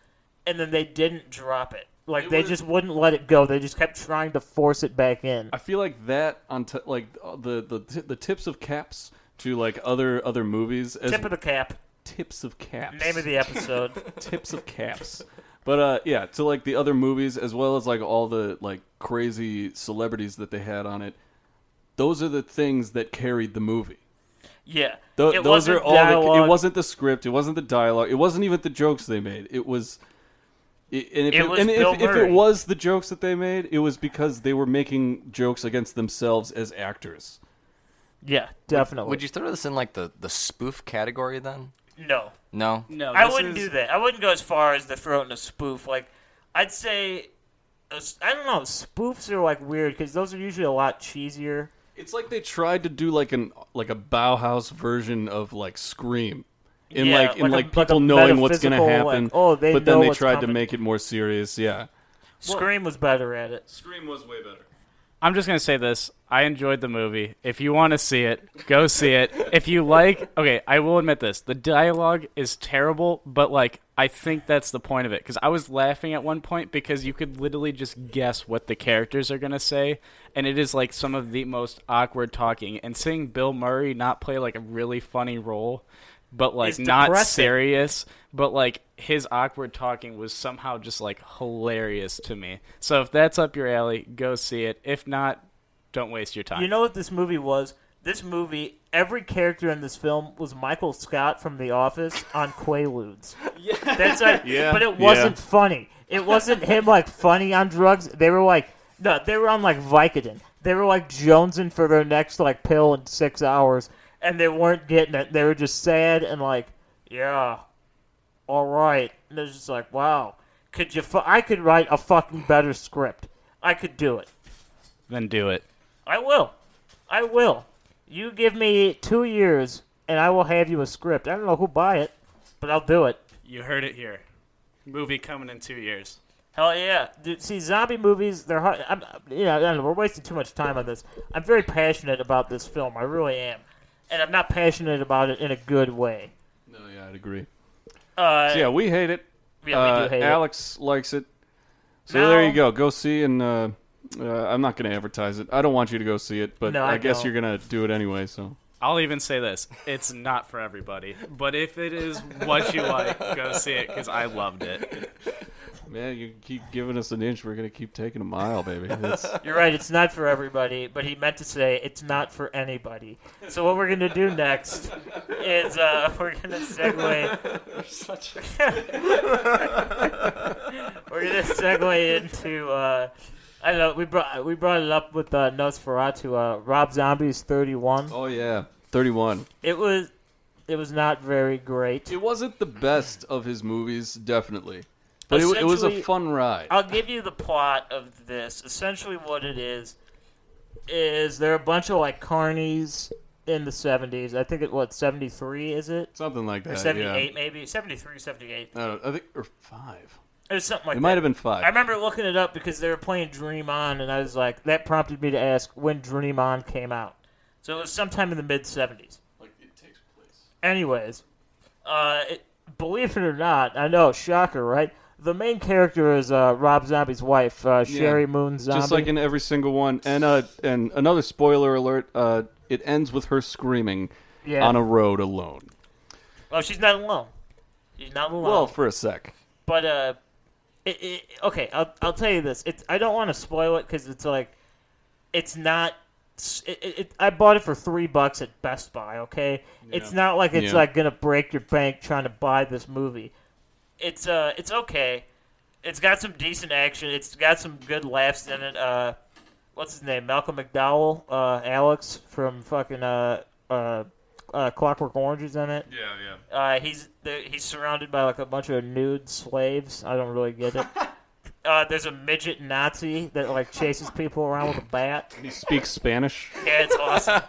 Speaker 1: and then they didn't drop it like
Speaker 2: It
Speaker 1: they
Speaker 2: was-
Speaker 1: just wouldn't let it go they just kept trying to force it back in
Speaker 2: I feel like that on t- like uh, the the t- the tips of caps to like other other movies as
Speaker 1: tip of the cap
Speaker 2: tips of caps.
Speaker 1: name of the episode
Speaker 2: tips of caps. But uh, yeah, to like the other movies as well as like all the like crazy celebrities that they had on it. Those are the things that carried the movie.
Speaker 1: yeah
Speaker 2: Tho-
Speaker 1: It
Speaker 2: those are
Speaker 1: wasn't
Speaker 2: all. The,
Speaker 1: dialogue.
Speaker 2: it wasn't the script. It wasn't the dialogue. It wasn't even the jokes they made. It was. i- And
Speaker 1: It
Speaker 2: if it,
Speaker 1: was
Speaker 2: and if,
Speaker 1: Bill
Speaker 2: if
Speaker 1: Murray.
Speaker 2: it was the jokes that they made, it was because they were making jokes against themselves as actors.
Speaker 1: yeah definitely
Speaker 3: Would you throw this in like the, the spoof category then?
Speaker 1: no
Speaker 3: No?
Speaker 4: No,
Speaker 1: I wouldn't do that. I wouldn't go as far as to throw it in a spoof. Like, I'd say, a s- I don't know. Spoofs are like weird because those are usually a lot cheesier.
Speaker 2: It's like they tried to do like an like a Bauhaus version of like Scream. In
Speaker 1: Yeah,
Speaker 2: like in
Speaker 1: like a-
Speaker 2: like,
Speaker 1: like a
Speaker 2: people knowing what's gonna
Speaker 1: metaphysical, like,
Speaker 2: happen.
Speaker 1: oh, they
Speaker 2: but
Speaker 1: know
Speaker 2: then they
Speaker 1: what's
Speaker 2: tried to
Speaker 1: coming.
Speaker 2: make it more serious, yeah.
Speaker 1: Scream was better at it.
Speaker 2: Scream was way better.
Speaker 4: I'm just gonna say this. I enjoyed the movie. If you want to see it, go see it. If you like, okay, I will admit this. The dialogue is terrible, but like I think that's the point of it because I was laughing at one point because you could literally just guess what the characters are gonna say, and it is like some of the most awkward talking. And seeing Bill Murray not play like a really funny role, but like
Speaker 1: It's
Speaker 4: not
Speaker 1: depressing.
Speaker 4: serious, but like his awkward talking was somehow just like hilarious to me. So if that's up your alley, go see it. If not, don't waste your time.
Speaker 1: You know what this movie was? This movie, every character in this film was Michael Scott from The Office on Quaaludes. yeah. That's like,
Speaker 2: Yeah,
Speaker 1: but it
Speaker 2: yeah.
Speaker 1: wasn't funny. It wasn't him like funny on drugs. They were like, no, they were on like Vicodin. They were like jonesing for their next like pill in six hours, and they weren't getting it. They were just sad and like, yeah, all right. And it's just like, wow, could you? Fu- I could write a fucking better script. I could do it.
Speaker 4: then do it.
Speaker 1: I will. I will. You give me two years, and I will have you a script. I don't know who buy it, but I'll do it.
Speaker 4: You heard it here. Movie coming in two years.
Speaker 1: Hell yeah! Dude, see, zombie movies—they're hard. I'm, yeah, I don't know. We're wasting too much time on this. I'm very passionate about this film. I really am, and I'm not passionate about it in a good way.
Speaker 2: No, yeah, I'd agree.
Speaker 1: Uh,
Speaker 2: So, yeah, we hate it.
Speaker 1: yeah, we
Speaker 2: Uh,
Speaker 1: do hate it.
Speaker 2: Alex likes it. So
Speaker 1: No.
Speaker 2: there you go. Go see and uh, uh, I'm not going to advertise it. I don't want you to go see it, but
Speaker 1: No,
Speaker 2: I,
Speaker 1: I
Speaker 2: guess
Speaker 1: don't.
Speaker 2: you're going to do it anyway, so.
Speaker 4: I'll even say this: it's not for everybody, but if it is what you like, go see it because I loved it.
Speaker 2: man, you keep giving us an inch, we're gonna keep taking a mile, baby. That's,
Speaker 1: You're right. It's not for everybody, but he meant to say it's not for anybody. So what we're gonna do next is uh, we're gonna segue. we're gonna segue into. Uh, I don't know. We brought we brought it up with uh, Nosferatu. Uh, Rob Zombie's 31.
Speaker 2: oh yeah, thirty-one.
Speaker 1: It was it was not very great.
Speaker 2: It wasn't the best of his movies, definitely, but it, wa- it was a
Speaker 1: Essentially-
Speaker 2: fun ride.
Speaker 1: I'll give you the plot of this. Essentially, what it is is there are a bunch of like carnies in the 70s. I think it what 73 is it?
Speaker 2: Something like
Speaker 1: Or
Speaker 2: that.
Speaker 1: 78
Speaker 2: Uh, Yeah.
Speaker 1: maybe 73 78
Speaker 2: I, don't know, I think or five.
Speaker 1: or something like
Speaker 2: It
Speaker 1: that.
Speaker 2: might have been five.
Speaker 1: I remember looking it up because they were playing Dream On, and I was like, that prompted me to ask when Dream On came out. So it was sometime in the mid 70s.
Speaker 2: Like it takes place.
Speaker 1: Anyways, uh, it, believe it or not, I know, shocker, right? The main character is uh, Rob Zombie's wife, uh, Sherry Moon Zombie.
Speaker 2: Just like in every single one. And uh, and another spoiler alert. Uh, it ends with her screaming
Speaker 1: Yeah.
Speaker 2: on a road alone.
Speaker 1: Well, Oh, she's not alone. She's not alone.
Speaker 2: Well, for a sec.
Speaker 1: but uh, it, it, okay, I'll I'll tell you this. It's I don't want to spoil it because it's like, it's not. It, it, it- I bought it for three bucks at Best Buy. Okay, it's not like it's
Speaker 2: Yeah.
Speaker 1: like gonna break your bank trying to buy this movie. It's uh, it's okay. It's got some decent action. It's got some good laughs in it. Uh, what's his name? Malcolm McDowell, uh, Alex from fucking uh, uh, uh, Clockwork Orange is in it.
Speaker 2: Yeah, yeah.
Speaker 1: Uh, he's there, he's surrounded by like a bunch of nude slaves. I don't really get it. uh, there's a midget Nazi that like chases people around with a bat.
Speaker 2: He speaks Spanish.
Speaker 1: Yeah, it's awesome.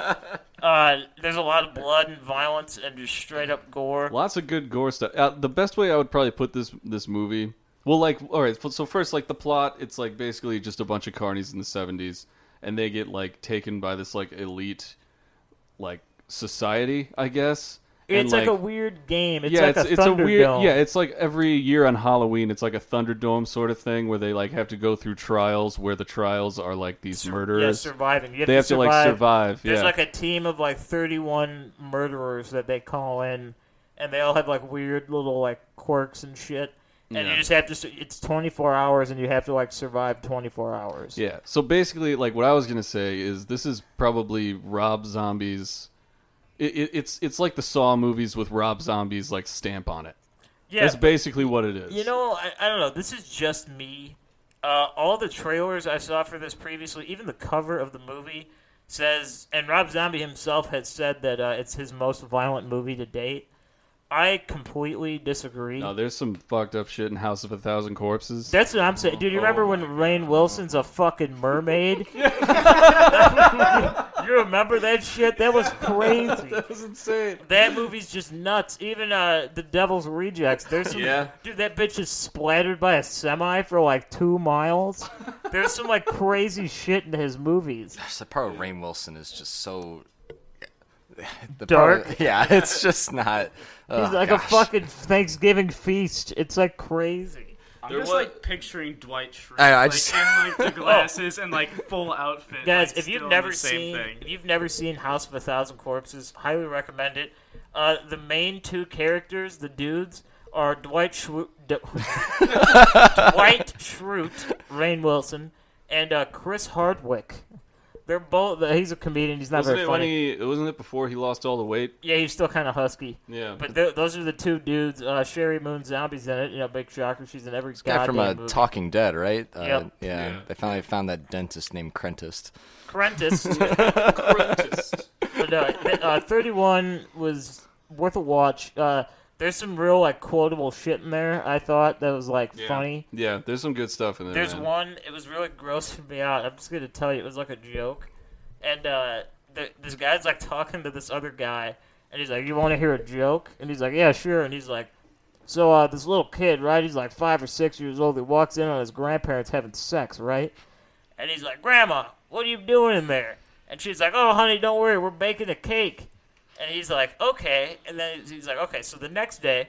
Speaker 1: Uh, there's a lot of blood and violence and just straight up gore.
Speaker 2: Lots of good gore stuff. Uh, the best way I would probably put this this movie. Well, like, all right. So first, like the plot, it's like basically just a bunch of carnies in the seventies, and they get like taken by this like elite, like society, I guess.
Speaker 1: It's
Speaker 2: And,
Speaker 1: like, a weird game. It's
Speaker 2: yeah,
Speaker 1: like
Speaker 2: it's,
Speaker 1: a
Speaker 2: it's a weird.
Speaker 1: Thunderdome.
Speaker 2: Yeah, it's like every year on Halloween, it's like a Thunderdome sort of thing where they like have to go through trials where the trials are like these
Speaker 1: yeah,
Speaker 2: murderers.
Speaker 1: surviving. You
Speaker 2: they have to like survive.
Speaker 1: There's
Speaker 2: yeah,
Speaker 1: like a team of like 31 murderers that they call in, and they all have like weird little like quirks and shit. And you
Speaker 2: Yeah.
Speaker 1: just have to. su- It's 24 hours, and you have to like survive 24 hours.
Speaker 2: yeah. So basically, like what I was gonna say is this is probably Rob Zombie's. It, it, it's it's like the Saw movies with Rob Zombie's like stamp on it.
Speaker 1: yeah.
Speaker 2: That's basically what it is.
Speaker 1: You know, I, I don't know. This is just me. Uh, all the trailers I saw for this previously, even the cover of the movie says, and Rob Zombie himself has said that uh, it's his most violent movie to date. I completely disagree.
Speaker 2: No, there's some fucked up shit in House of a Thousand Corpses.
Speaker 1: That's what I'm saying, dude.
Speaker 3: Oh
Speaker 1: You remember when Rain Wilson's a fucking mermaid? you remember that shit? That was crazy.
Speaker 2: That's insane.
Speaker 1: That movie's just nuts. Even uh, the Devil's Rejects. There's some,
Speaker 2: Yeah.
Speaker 1: dude. That bitch is splattered by a semi for like two miles. There's some like crazy shit in his movies.
Speaker 3: Gosh, the part with Rain Wilson is just so the
Speaker 1: Dark.
Speaker 3: Part, yeah, it's just not.
Speaker 1: He's
Speaker 3: oh,
Speaker 1: like a
Speaker 3: gosh.
Speaker 1: fucking Thanksgiving feast. It's like crazy.
Speaker 5: I'm
Speaker 2: There
Speaker 5: just
Speaker 2: was-
Speaker 5: like picturing Dwight Schrute,
Speaker 3: I- I
Speaker 5: like,
Speaker 3: just-
Speaker 5: in
Speaker 4: Oh.
Speaker 5: like the glasses and like full outfit.
Speaker 1: Guys,
Speaker 5: like,
Speaker 1: if
Speaker 5: still
Speaker 1: you've
Speaker 5: in
Speaker 1: never
Speaker 5: the same
Speaker 1: seen
Speaker 5: thing.
Speaker 1: if you've never seen House of a Thousand Corpses, highly recommend it. Uh, the main two characters, the dudes, are Dwight Schrute, D- Dwight Schrute, Rain Wilson, and uh, Chris Hardwick. They're both. He's a comedian. He's not
Speaker 2: Wasn't
Speaker 1: very
Speaker 2: it when
Speaker 1: funny.
Speaker 2: he? Wasn't it before he lost all the weight?
Speaker 1: Yeah, he's still kind of husky.
Speaker 2: Yeah.
Speaker 1: But th- those are the two dudes. Uh, Sherry Moon Zombie's in it. You know, big shocker. She's in every
Speaker 3: guy from uh,
Speaker 1: goddamn movie.
Speaker 3: Talking Dead, right? Uh,
Speaker 1: Yep.
Speaker 3: yeah, They finally found that dentist named Crentist.
Speaker 1: Apprentice. But no, th- uh, 31 was worth a watch. Uh, there's some real like quotable shit in there. I thought that was like funny.
Speaker 2: Yeah, there's some good stuff in there.
Speaker 1: There's
Speaker 2: man.
Speaker 1: one. It was really grossing me out. I'm just gonna tell you, it was like a joke, and uh, th- this guy's like talking to this other guy, and he's like, "You want to hear a joke?" And he's like, "Yeah, sure." And he's like, "So uh, this little kid, right? He's like five or six years old. He walks in on his grandparents having sex, right?" And he's like, Grandma, what are you doing in there? And she's like, Oh, honey, don't worry. We're baking a cake. And he's like, Okay. And then he's like, Okay. So the next day,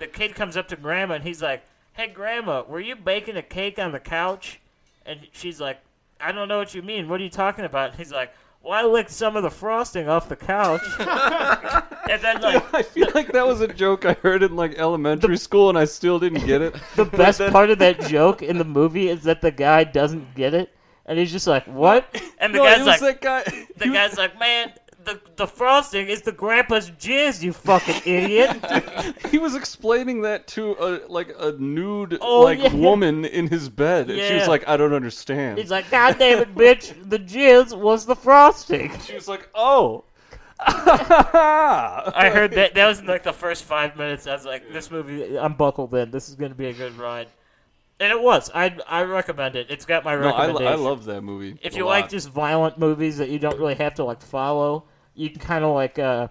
Speaker 1: the kid comes up to Grandma and he's like, Hey, Grandma, were you baking a cake on the couch? And she's like, I don't know what you mean. What are you talking about? And he's like, Well, I licked some of the frosting off the couch, and then like
Speaker 2: I feel like that was a joke I heard in like elementary school, and I still didn't get it.
Speaker 1: the best part of that joke in the movie is that the guy doesn't get it, and he's just like, "What?" And the
Speaker 2: No, it
Speaker 1: guy's
Speaker 2: was
Speaker 1: like,
Speaker 2: that guy.
Speaker 1: "The guy's like, man." The, the frosting is the grandpa's jizz, you fucking idiot.
Speaker 2: He was explaining that to a like a nude
Speaker 1: Oh,
Speaker 2: like
Speaker 1: yeah.
Speaker 2: woman in his bed, and she
Speaker 1: Yeah.
Speaker 2: was like, "I don't understand."
Speaker 1: He's like, God damn it, bitch, the jizz was the frosting.
Speaker 2: she was like, "Oh."
Speaker 1: I heard that. That was in like the first five minutes. I was like, this movie, I'm buckled in. This is going to be a good ride. And it was. I I recommend it. It's got my
Speaker 2: No, I,
Speaker 1: recommendation.
Speaker 2: I love that movie.
Speaker 1: If
Speaker 2: a
Speaker 1: you
Speaker 2: lot.
Speaker 1: like just violent movies that you don't really have to like follow, you can kind of like uh,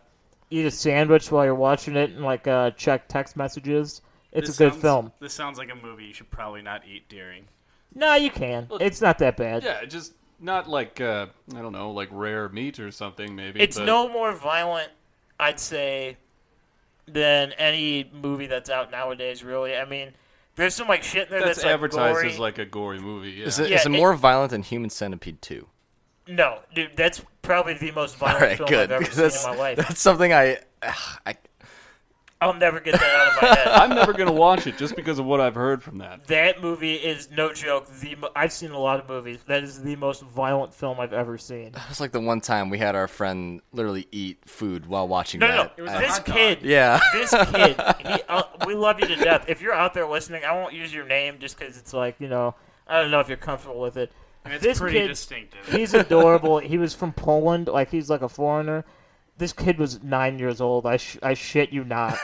Speaker 1: eat a sandwich while you're watching it and like uh, check text messages. It's
Speaker 5: This
Speaker 1: a good
Speaker 5: sounds-
Speaker 1: film.
Speaker 5: This sounds like a movie you should probably not eat during.
Speaker 1: No, you can. It's not that bad.
Speaker 2: yeah, just not like uh, I don't know, like rare meat or something. Maybe
Speaker 1: It's
Speaker 2: but-
Speaker 1: no more violent, I'd say, than any movie that's out nowadays. Really, I mean, there's some like shit in there
Speaker 2: That's,
Speaker 1: that's,
Speaker 2: advertised
Speaker 1: like,
Speaker 2: as
Speaker 1: gory.
Speaker 2: like a gory movie. Yeah.
Speaker 3: Is it,
Speaker 1: Yeah,
Speaker 3: is it
Speaker 1: it-
Speaker 3: more violent than Human Centipede 2?
Speaker 1: No, dude, that's probably the most
Speaker 3: All
Speaker 1: violent
Speaker 3: right,
Speaker 1: film I've
Speaker 3: good.
Speaker 1: ever
Speaker 3: because
Speaker 1: seen in
Speaker 3: That's,
Speaker 1: my life.
Speaker 3: that's something I, I.
Speaker 1: I'll never get that out of my head.
Speaker 2: I'm never gonna watch it just because of what I've heard from that.
Speaker 1: that movie is no joke. The mo- I've seen a lot of movies. That is the most violent film I've ever seen.
Speaker 3: That was like the one time we had our friend literally eat food while watching
Speaker 1: No,
Speaker 3: that.
Speaker 1: no,
Speaker 3: I-
Speaker 1: this
Speaker 5: hot dog.
Speaker 1: kid.
Speaker 3: yeah.
Speaker 1: This kid, he, uh, we love you to death. If you're out there listening, I won't use your name just because it's like, you know, I don't know if you're comfortable with it.
Speaker 5: And it's
Speaker 1: this
Speaker 5: pretty
Speaker 1: kid,
Speaker 5: distinctive.
Speaker 1: he's adorable. he was from Poland, like he's like a foreigner. This kid was nine years old. I sh- I shit you not.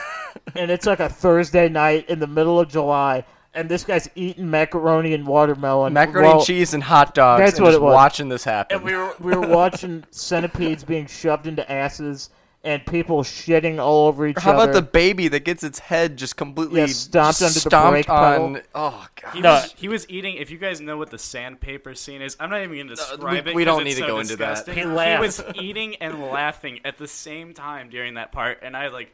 Speaker 1: and it's like a Thursday night in the middle of July, and this guy's eating macaroni and watermelon.
Speaker 3: Macaroni
Speaker 1: while-
Speaker 3: and cheese and hot dogs.
Speaker 1: that's
Speaker 3: and
Speaker 1: what
Speaker 3: just
Speaker 1: it was.
Speaker 3: Watching this happen.
Speaker 1: And we were we were watching centipedes being shoved into asses and people shitting all over each
Speaker 3: How
Speaker 1: other.
Speaker 3: about the baby that gets its head just completely
Speaker 1: Yeah, stomped under the
Speaker 3: stomped
Speaker 1: brake
Speaker 3: on?
Speaker 1: pedal.
Speaker 3: Oh god.
Speaker 5: He,
Speaker 1: No.
Speaker 5: was, he was eating. If you guys know what the sandpaper scene is, I'm not even going to describe
Speaker 3: we-
Speaker 5: it.
Speaker 3: we
Speaker 5: 'cause
Speaker 3: don't
Speaker 5: it's
Speaker 3: need to
Speaker 5: so
Speaker 3: go into that.
Speaker 5: disgusting.
Speaker 1: He
Speaker 5: was
Speaker 1: laughed.
Speaker 5: eating and laughing at the same time during that part, and I like.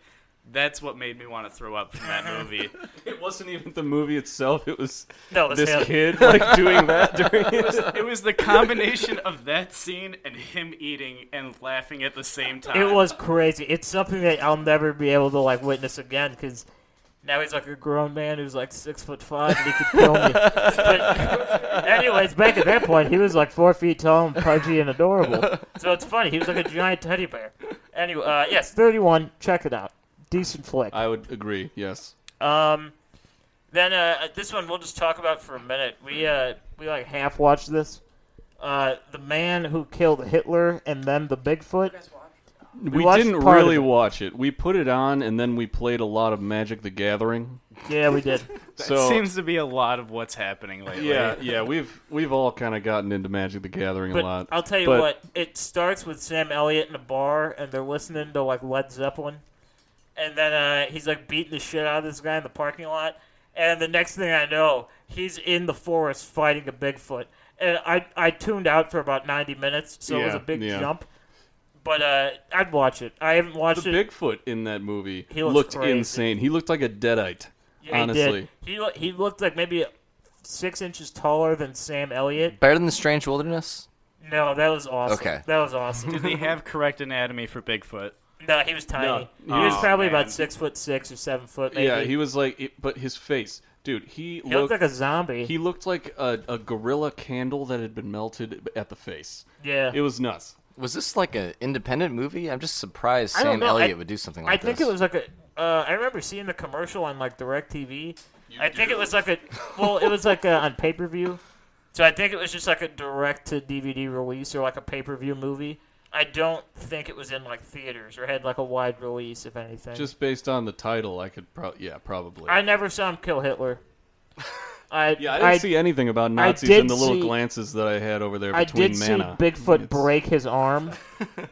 Speaker 5: That's what made me want to throw up from that movie.
Speaker 2: It wasn't even the movie itself. It was
Speaker 1: No, it was
Speaker 2: this
Speaker 1: him.
Speaker 2: kid like doing that during it.
Speaker 5: it was the combination of that scene and him eating and laughing at the same time.
Speaker 1: It was crazy. It's something that I'll never be able to like witness again because now he's like a grown man who's like six foot five and he could kill me. But anyways, back at that point, he was like four feet tall and pudgy and adorable. So it's funny. He was like a giant teddy bear. Anyway, uh, yes, thirty-one. Check it out. Decent flick.
Speaker 2: I would agree. Yes.
Speaker 1: Um, then uh, this one we'll just talk about for a minute. We uh, we like half watched this. Uh, the man who killed Hitler and then the Bigfoot.
Speaker 2: We,
Speaker 1: watched
Speaker 2: didn't
Speaker 1: part of
Speaker 2: really
Speaker 1: it.
Speaker 2: watch it. We put it on, and then we played a lot of Magic: The Gathering.
Speaker 1: Yeah, we did.
Speaker 2: so
Speaker 5: seems to be a lot of what's happening lately.
Speaker 2: yeah, yeah, we've we've all kind of gotten into Magic: The Gathering
Speaker 1: But
Speaker 2: a lot.
Speaker 1: I'll tell you
Speaker 2: But
Speaker 1: what, it starts with Sam Elliott in a bar, and they're listening to like Led Zeppelin, and then uh, he's like beating the shit out of this guy in the parking lot, and the next thing I know, he's in the forest fighting a Bigfoot, and I I tuned out for about ninety minutes, so it was
Speaker 2: Yeah,
Speaker 1: a big
Speaker 2: yeah.
Speaker 1: jump. But uh, I'd watch it. I haven't watched
Speaker 2: The
Speaker 1: it.
Speaker 2: Bigfoot in that movie
Speaker 1: He looks
Speaker 2: looked
Speaker 1: crazy.
Speaker 2: insane. He looked like a deadite.
Speaker 1: He did.
Speaker 2: honestly,
Speaker 1: he lo- he looked like maybe six inches taller than Sam Elliott.
Speaker 3: Better than the Strange Wilderness.
Speaker 1: No, that was awesome.
Speaker 3: Okay.
Speaker 1: that was awesome.
Speaker 5: Did they have correct anatomy for Bigfoot?
Speaker 1: No, he was tiny.
Speaker 2: No.
Speaker 1: He was
Speaker 5: Oh,
Speaker 1: probably
Speaker 5: man.
Speaker 1: about six foot six or seven foot. Maybe.
Speaker 2: yeah, he was like, it- but his face, dude, he,
Speaker 1: He looked like a zombie.
Speaker 2: he looked like a, a gorilla candle that had been melted at the face.
Speaker 1: yeah,
Speaker 2: It was nuts.
Speaker 3: Was this like an independent movie? I'm just surprised
Speaker 1: I don't
Speaker 3: Sam
Speaker 1: know.
Speaker 3: Elliott
Speaker 1: I-
Speaker 3: would do something
Speaker 1: I
Speaker 3: like
Speaker 1: think
Speaker 3: this.
Speaker 1: it was like a. Uh, I remember seeing the commercial on like Directv. I think it was like a. Well, it was like a, on pay per view. So I think it was just like a direct to DVD release or like a pay per view movie. I don't think it was in like theaters or had like a wide release, if anything.
Speaker 2: Just based on the title, I could probably, yeah, probably.
Speaker 1: I never saw him kill Hitler. I
Speaker 2: yeah, I didn't see anything about Nazis
Speaker 1: did
Speaker 2: in the little
Speaker 1: see-
Speaker 2: glances that I had over there
Speaker 1: I
Speaker 2: between
Speaker 1: did
Speaker 2: mana.
Speaker 1: see Bigfoot
Speaker 2: It's-
Speaker 1: break his arm,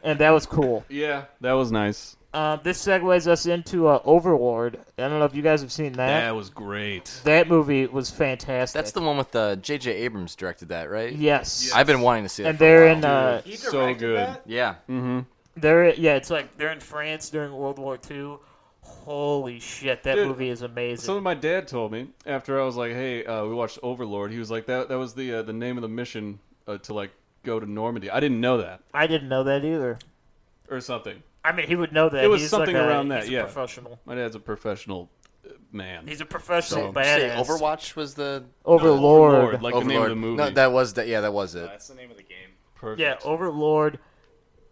Speaker 1: and that was cool.
Speaker 2: Yeah, that was nice.
Speaker 1: Uh, this segues us into uh, Overlord. I don't know if you guys have seen that.
Speaker 2: That was great.
Speaker 1: That movie was fantastic.
Speaker 3: That's the one with uh, J.J. Abrams directed that, right?
Speaker 1: yes.
Speaker 3: I've been wanting to see that.
Speaker 1: and
Speaker 3: for a
Speaker 1: they're
Speaker 3: while.
Speaker 1: in Mm. uh,
Speaker 2: So good.
Speaker 3: Yeah.
Speaker 1: they're yeah, it's like they're in France during World War II. Holy shit, that
Speaker 2: Dude,
Speaker 1: movie is amazing.
Speaker 2: Something my dad told me after I was like, "Hey, uh, we watched Overlord." He was like, "That that was the uh, the name of the mission uh, to like go to Normandy. I didn't know that
Speaker 1: I didn't know that either.
Speaker 2: or something.
Speaker 1: I mean, he would know that.
Speaker 2: It was
Speaker 1: he's
Speaker 2: something
Speaker 1: like a,
Speaker 2: around that,
Speaker 1: He's a
Speaker 2: yeah.
Speaker 1: professional.
Speaker 2: My dad's a professional uh, man.
Speaker 1: He's a professional
Speaker 3: Say
Speaker 1: badass.
Speaker 3: Overwatch was the
Speaker 1: Overlord.
Speaker 2: Overlord, like the name of
Speaker 3: Overlord.
Speaker 2: the movie.
Speaker 3: No, that was that. Yeah, that was it.
Speaker 5: That's the name of the game.
Speaker 2: Perfect.
Speaker 1: Yeah, Overlord.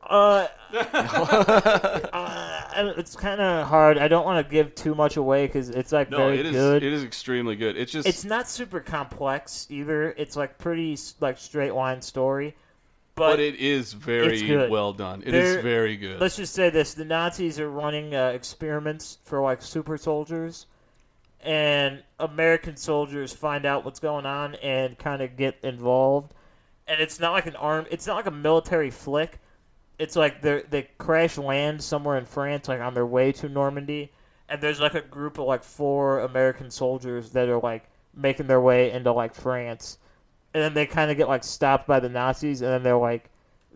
Speaker 1: Uh, uh, it's kind of hard. I don't want to give too much away because it's like
Speaker 2: no,
Speaker 1: very
Speaker 2: it is.
Speaker 1: good.
Speaker 2: It is extremely good. It's just
Speaker 1: it's not super complex either. It's like pretty s- like straight line story, but,
Speaker 2: but it is very
Speaker 1: it's good.
Speaker 2: well done. It is
Speaker 1: There-
Speaker 2: very good.
Speaker 1: let's just say this: the Nazis are running uh, experiments for like super soldiers, and American soldiers find out what's going on and kind of get involved. And it's not like an arm; it's not like a military flick. It's like they they crash land somewhere in France, like on their way to Normandy, and there's like a group of like four American soldiers that are like making their way into like France, and then they kind of get like stopped by the Nazis, and then they're like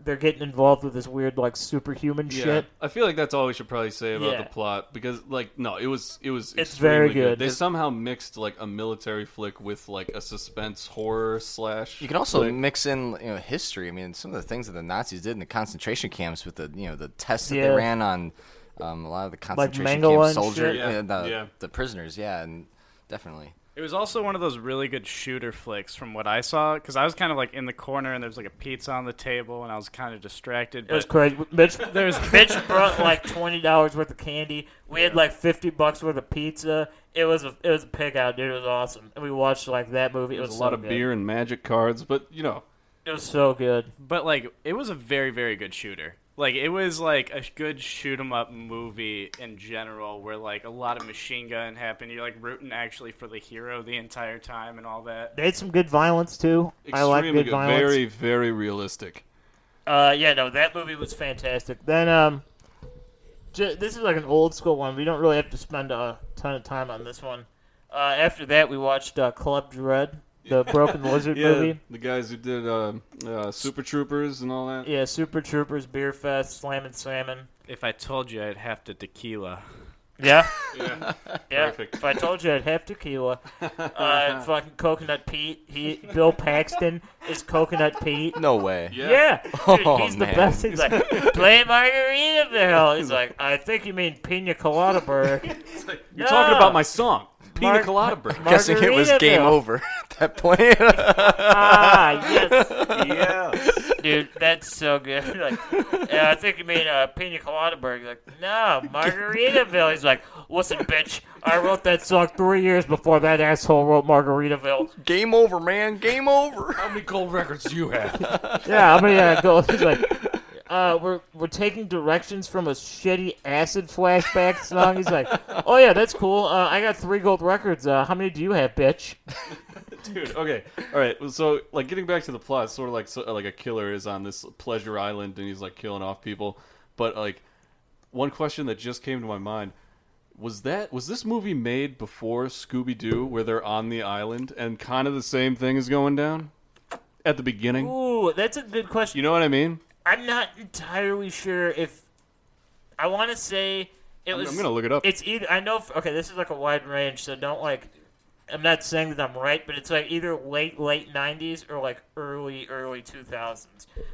Speaker 1: they're getting involved with this weird like superhuman
Speaker 2: Yeah.
Speaker 1: shit.
Speaker 2: I feel like that's all we should probably say about
Speaker 1: Yeah.
Speaker 2: the plot because, like, no, it was it was
Speaker 1: It's very
Speaker 2: extremely
Speaker 1: good.
Speaker 2: They
Speaker 1: It's-
Speaker 2: somehow mixed like a military flick with like a suspense horror slash.
Speaker 3: You can also
Speaker 2: flick.
Speaker 3: mix in you know history. I mean, some of the things that the Nazis did in the concentration camps with the you know the tests that
Speaker 1: Yeah.
Speaker 3: they ran on um, a lot of the concentration
Speaker 1: Mengele and
Speaker 3: camp
Speaker 1: shit?
Speaker 3: soldiers,
Speaker 2: Yeah,
Speaker 3: the,
Speaker 2: yeah.
Speaker 3: the prisoners. Yeah, and definitely.
Speaker 5: It was also one of those really good shooter flicks from what I saw because I was kind of like in the corner and there was like a pizza on the table and I was kind of distracted.
Speaker 1: It was
Speaker 5: But
Speaker 1: crazy. Mitch,
Speaker 5: There's-
Speaker 1: Mitch brought like twenty dollars worth of candy. We had like fifty bucks worth of pizza. It was a it was a pick out, dude. It was awesome, and we watched like that movie. It was
Speaker 2: a lot
Speaker 1: so
Speaker 2: of
Speaker 1: good.
Speaker 2: beer and magic cards, but you know,
Speaker 1: It was so good.
Speaker 5: but like it was a very very good shooter. Like it was like a good shoot 'em up movie in general where like a lot of machine gun happened. You're like rooting actually for the hero the entire time and all that.
Speaker 1: They had some good violence too. I like
Speaker 2: extremely
Speaker 1: good,
Speaker 2: good,
Speaker 1: violence.
Speaker 2: very very realistic.
Speaker 1: Uh, yeah, no, that movie was fantastic. Then, um, j- this is like an old school one. We don't really have to spend a ton of time on this one. Uh, after that, we watched uh, Club Dread, the Broken Lizard
Speaker 2: Yeah,
Speaker 1: movie.
Speaker 2: the guys who did uh, uh, Super Troopers and all that.
Speaker 1: Yeah, Super Troopers, Beer Fest, Slammin' Salmon.
Speaker 5: If I told you, I'd have to tequila.
Speaker 1: Yeah.
Speaker 2: Yeah.
Speaker 1: Yeah.
Speaker 2: Perfect.
Speaker 1: If I told you I'd have tequila, uh, fucking Coconut Pete, he Bill Paxton is Coconut Pete.
Speaker 3: No way.
Speaker 1: Yeah, dude,
Speaker 3: Oh,
Speaker 1: he's the
Speaker 3: man.
Speaker 1: best. He's like, play Margaritaville. He's like, I think you mean Pina Colada Burg.
Speaker 2: You're
Speaker 1: No.
Speaker 2: talking about my song, Pina
Speaker 1: Mark-
Speaker 2: Colada Break.
Speaker 3: Guessing it was game
Speaker 1: Margaritaville.
Speaker 3: over at that point.
Speaker 1: Ah, yes,
Speaker 2: yeah.
Speaker 1: dude, that's so good. like, yeah, I think you mean uh, Pina Colada Burg. Like, no, Margaritaville. He's like, listen, bitch, I wrote that song three years before that asshole wrote Margaritaville.
Speaker 3: game over, man. Game over.
Speaker 2: How many gold records do you have?
Speaker 1: Yeah, I'm gonna uh, go. He's like, uh, we're we're taking directions from a shitty acid flashback song. He's like, oh yeah, that's cool. Uh, I got three gold records. Uh, how many do you have, bitch?
Speaker 2: Dude, okay, all right. So, like, getting back to the plot, it's sort of like so, like a killer is on this pleasure island and he's like killing off people. But like, one question that just came to my mind was that was this movie made before Scooby Doo, where they're on the island and kind of the same thing is going down at the beginning?
Speaker 1: Ooh, that's a good question.
Speaker 2: You know what I mean?
Speaker 1: I'm not entirely sure if I want to say it
Speaker 2: I'm,
Speaker 1: was.
Speaker 2: I'm gonna look it up.
Speaker 1: It's either I know. Okay, this is like a wide range, so don't like. I'm not saying that I'm right, but it's like either late late '90s or like early early 2000s.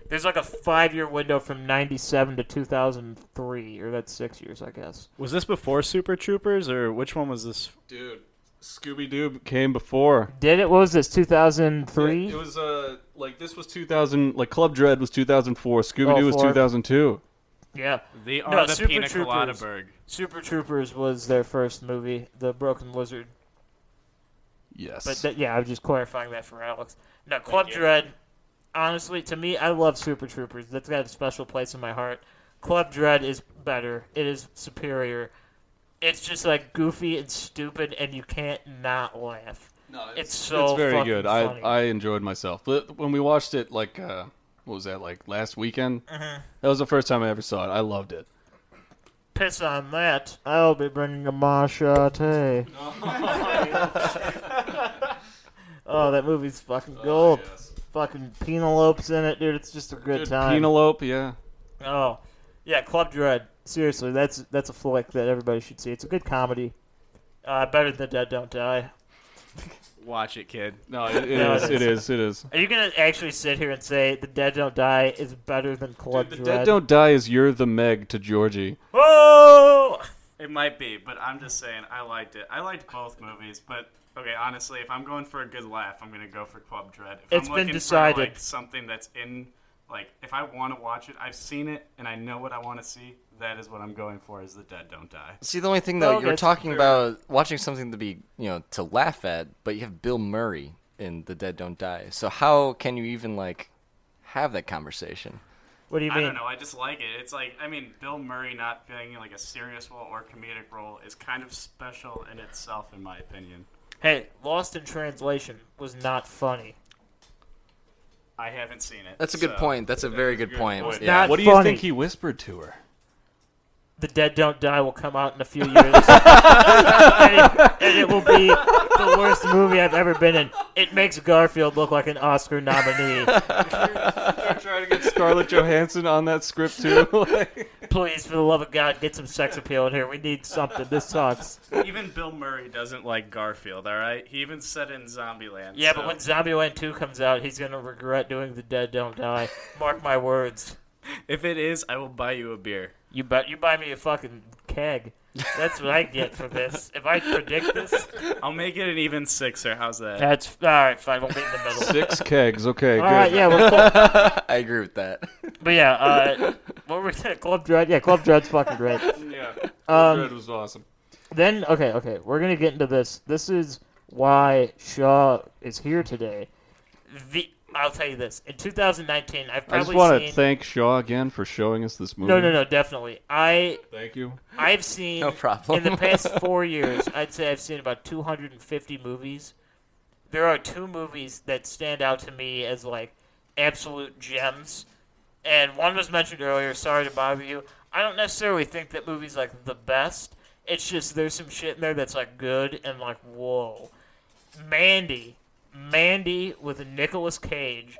Speaker 1: There's like a five year window from '97 to 2003, or that's six years, I guess.
Speaker 5: Was this before Super Troopers or which one was this?
Speaker 2: Dude, Scooby Doo came before.
Speaker 1: Did it? What was this? 2003?
Speaker 2: It was uh like this was 2000. Like Club Dread was 2004. Scooby Doo was
Speaker 1: Oh, four.
Speaker 2: 2002.
Speaker 1: yeah.
Speaker 5: The
Speaker 1: No,
Speaker 5: are the
Speaker 1: Super
Speaker 5: Pina Colada
Speaker 1: Troopers.
Speaker 5: Berg.
Speaker 1: Super Troopers was their first movie, The Broken Lizard.
Speaker 2: Yes.
Speaker 1: But that, yeah, I was just clarifying that for Alex. No, Club Dread. Honestly, to me, I love Super Troopers. That's got a special place in my heart. Club Dread is better. It is superior. It's just like goofy and stupid, and you can't not laugh.
Speaker 2: No,
Speaker 1: It's so fucking
Speaker 2: I,
Speaker 1: funny.
Speaker 2: I enjoyed myself. But when we watched it, like, uh, what was that, like last weekend?
Speaker 1: Uh-huh.
Speaker 2: That was the first time I ever saw it. I loved it.
Speaker 1: Piss on that. I'll be bringing a machete. oh, that movie's fucking gold. Fucking Penelopes in it, dude. It's just a good,
Speaker 2: Good
Speaker 1: time.
Speaker 2: Penelope, yeah.
Speaker 1: Oh, yeah, Club Dread. Seriously, that's that's a flick that everybody should see. It's a good comedy. Uh, better than Dead Don't Die.
Speaker 5: Watch it, kid.
Speaker 2: No, it, it
Speaker 1: No,
Speaker 2: is.
Speaker 1: it
Speaker 2: It is. It is.
Speaker 1: Are you gonna actually sit here and say the Dead Don't Die is better than Club
Speaker 2: The
Speaker 1: Dread?
Speaker 2: Dead Don't Die is you're the Meg to Georgie.
Speaker 1: Oh!
Speaker 5: It might be, but I'm just saying I liked it. I liked both movies, but okay, honestly, if I'm going for a good laugh, I'm gonna go for Club Dread. If
Speaker 1: It's
Speaker 5: I'm
Speaker 1: been
Speaker 5: looking
Speaker 1: decided.
Speaker 5: For, like, something that's in, like, if I want to watch it, I've seen it and I know what I want to see. That is what I'm going for. Is the dead don't die.
Speaker 3: See, the only thing though,
Speaker 1: No,
Speaker 3: you were
Speaker 1: that's
Speaker 3: talking
Speaker 1: fair.
Speaker 3: about watching something to be, you know, to laugh at, but you have Bill Murray in The Dead Don't Die. So how can you even like have that conversation?
Speaker 1: What do you
Speaker 5: I
Speaker 1: mean?
Speaker 5: don't know. I just like it. It's like I mean, Bill Murray not playing like a serious role or comedic role is kind of special in itself, in my opinion.
Speaker 1: Hey, Lost in Translation was not funny.
Speaker 5: I haven't seen it.
Speaker 3: That's a good
Speaker 5: so-
Speaker 3: point. That's a very good,
Speaker 5: good
Speaker 3: point.
Speaker 5: point.
Speaker 3: Yeah.
Speaker 1: Not
Speaker 2: What do you
Speaker 1: funny.
Speaker 2: think he whispered to her?
Speaker 1: The Dead Don't Die will come out in a few years. and, it, and it will be the worst movie I've ever been in. It makes Garfield look like an Oscar nominee.
Speaker 2: They're trying to get Scarlett Johansson on that script too. Like,
Speaker 1: Please, for the love of God, get some sex appeal in here. We need something. This sucks.
Speaker 5: Even Bill Murray doesn't like Garfield. All right, he even said it in Zombieland.
Speaker 1: Yeah,
Speaker 5: so-
Speaker 1: but when Zombieland 2 comes out, he's going to regret doing The Dead Don't Die. Mark my words.
Speaker 5: if it is, I will buy you a beer.
Speaker 1: You bet. You buy me a fucking keg. That's what I get for this. If I predict this,
Speaker 5: I'll make it an even sixer. How's that?
Speaker 1: that's all right. Fine, we'll meet in the middle.
Speaker 2: Six kegs. Okay,
Speaker 1: All
Speaker 2: good.
Speaker 1: right, yeah, we're cool.
Speaker 3: I agree with that.
Speaker 1: but yeah, uh, what were we Club Dread? Yeah, Club Dread's fucking great.
Speaker 2: Yeah,
Speaker 1: um,
Speaker 2: Red was awesome.
Speaker 1: Then okay, okay, we're gonna get into this. This is why Shaw is here today. The I'll tell you this. In 2019, I've
Speaker 2: I just
Speaker 1: probably
Speaker 2: want to
Speaker 1: seen.
Speaker 2: thank Shaw again for showing us this movie.
Speaker 1: no, no, no, definitely. I
Speaker 2: Thank you.
Speaker 1: I've seen
Speaker 3: No problem.
Speaker 1: in the past four years, I'd say I've seen about 250 movies. There are two movies that stand out to me as like absolute gems, and one was mentioned earlier. Sorry to bother you. I don't necessarily think that movie's like the best. It's just there's some shit in there that's like good and like whoa. Mandy, Mandy with Nicolas Cage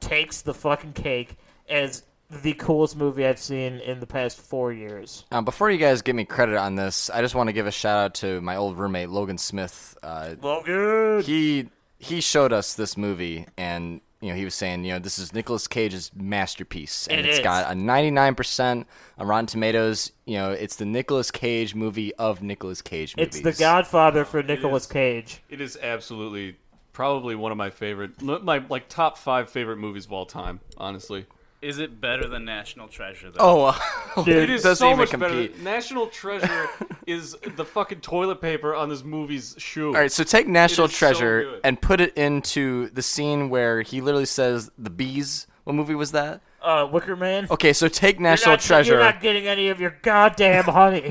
Speaker 1: takes the fucking cake as the coolest movie I've seen in the past four years.
Speaker 3: Um, before you guys give me credit on this, I just want to give a shout out to my old roommate Logan Smith. Uh,
Speaker 1: Well, good.
Speaker 3: he he showed us this movie and you know he was saying you know this is Nicolas Cage's masterpiece and
Speaker 1: It
Speaker 3: has
Speaker 1: is.
Speaker 3: got a 99% on Rotten Tomatoes you know it's the Nicolas Cage movie of Nicolas Cage movies
Speaker 1: It's the Godfather
Speaker 5: Oh,
Speaker 1: for Nicolas
Speaker 2: is.
Speaker 1: Cage.
Speaker 2: It is absolutely probably one of my favorite, my like top five favorite movies of all time. Honestly,
Speaker 5: Is it better than National Treasure though?
Speaker 3: oh uh,
Speaker 1: Dude,
Speaker 2: it is
Speaker 3: doesn't
Speaker 2: so
Speaker 3: even
Speaker 2: much
Speaker 3: compete.
Speaker 2: better. National Treasure is the fucking toilet paper on this movie's shoe.
Speaker 3: all right so take National
Speaker 2: It is so
Speaker 3: Treasure
Speaker 2: good.
Speaker 3: and put it into the scene where he literally says the bees what movie was that
Speaker 1: Uh, Wicker Man.
Speaker 3: okay Oh, so take National
Speaker 1: You're not-
Speaker 3: Treasure
Speaker 1: You're not getting any of your goddamn honey.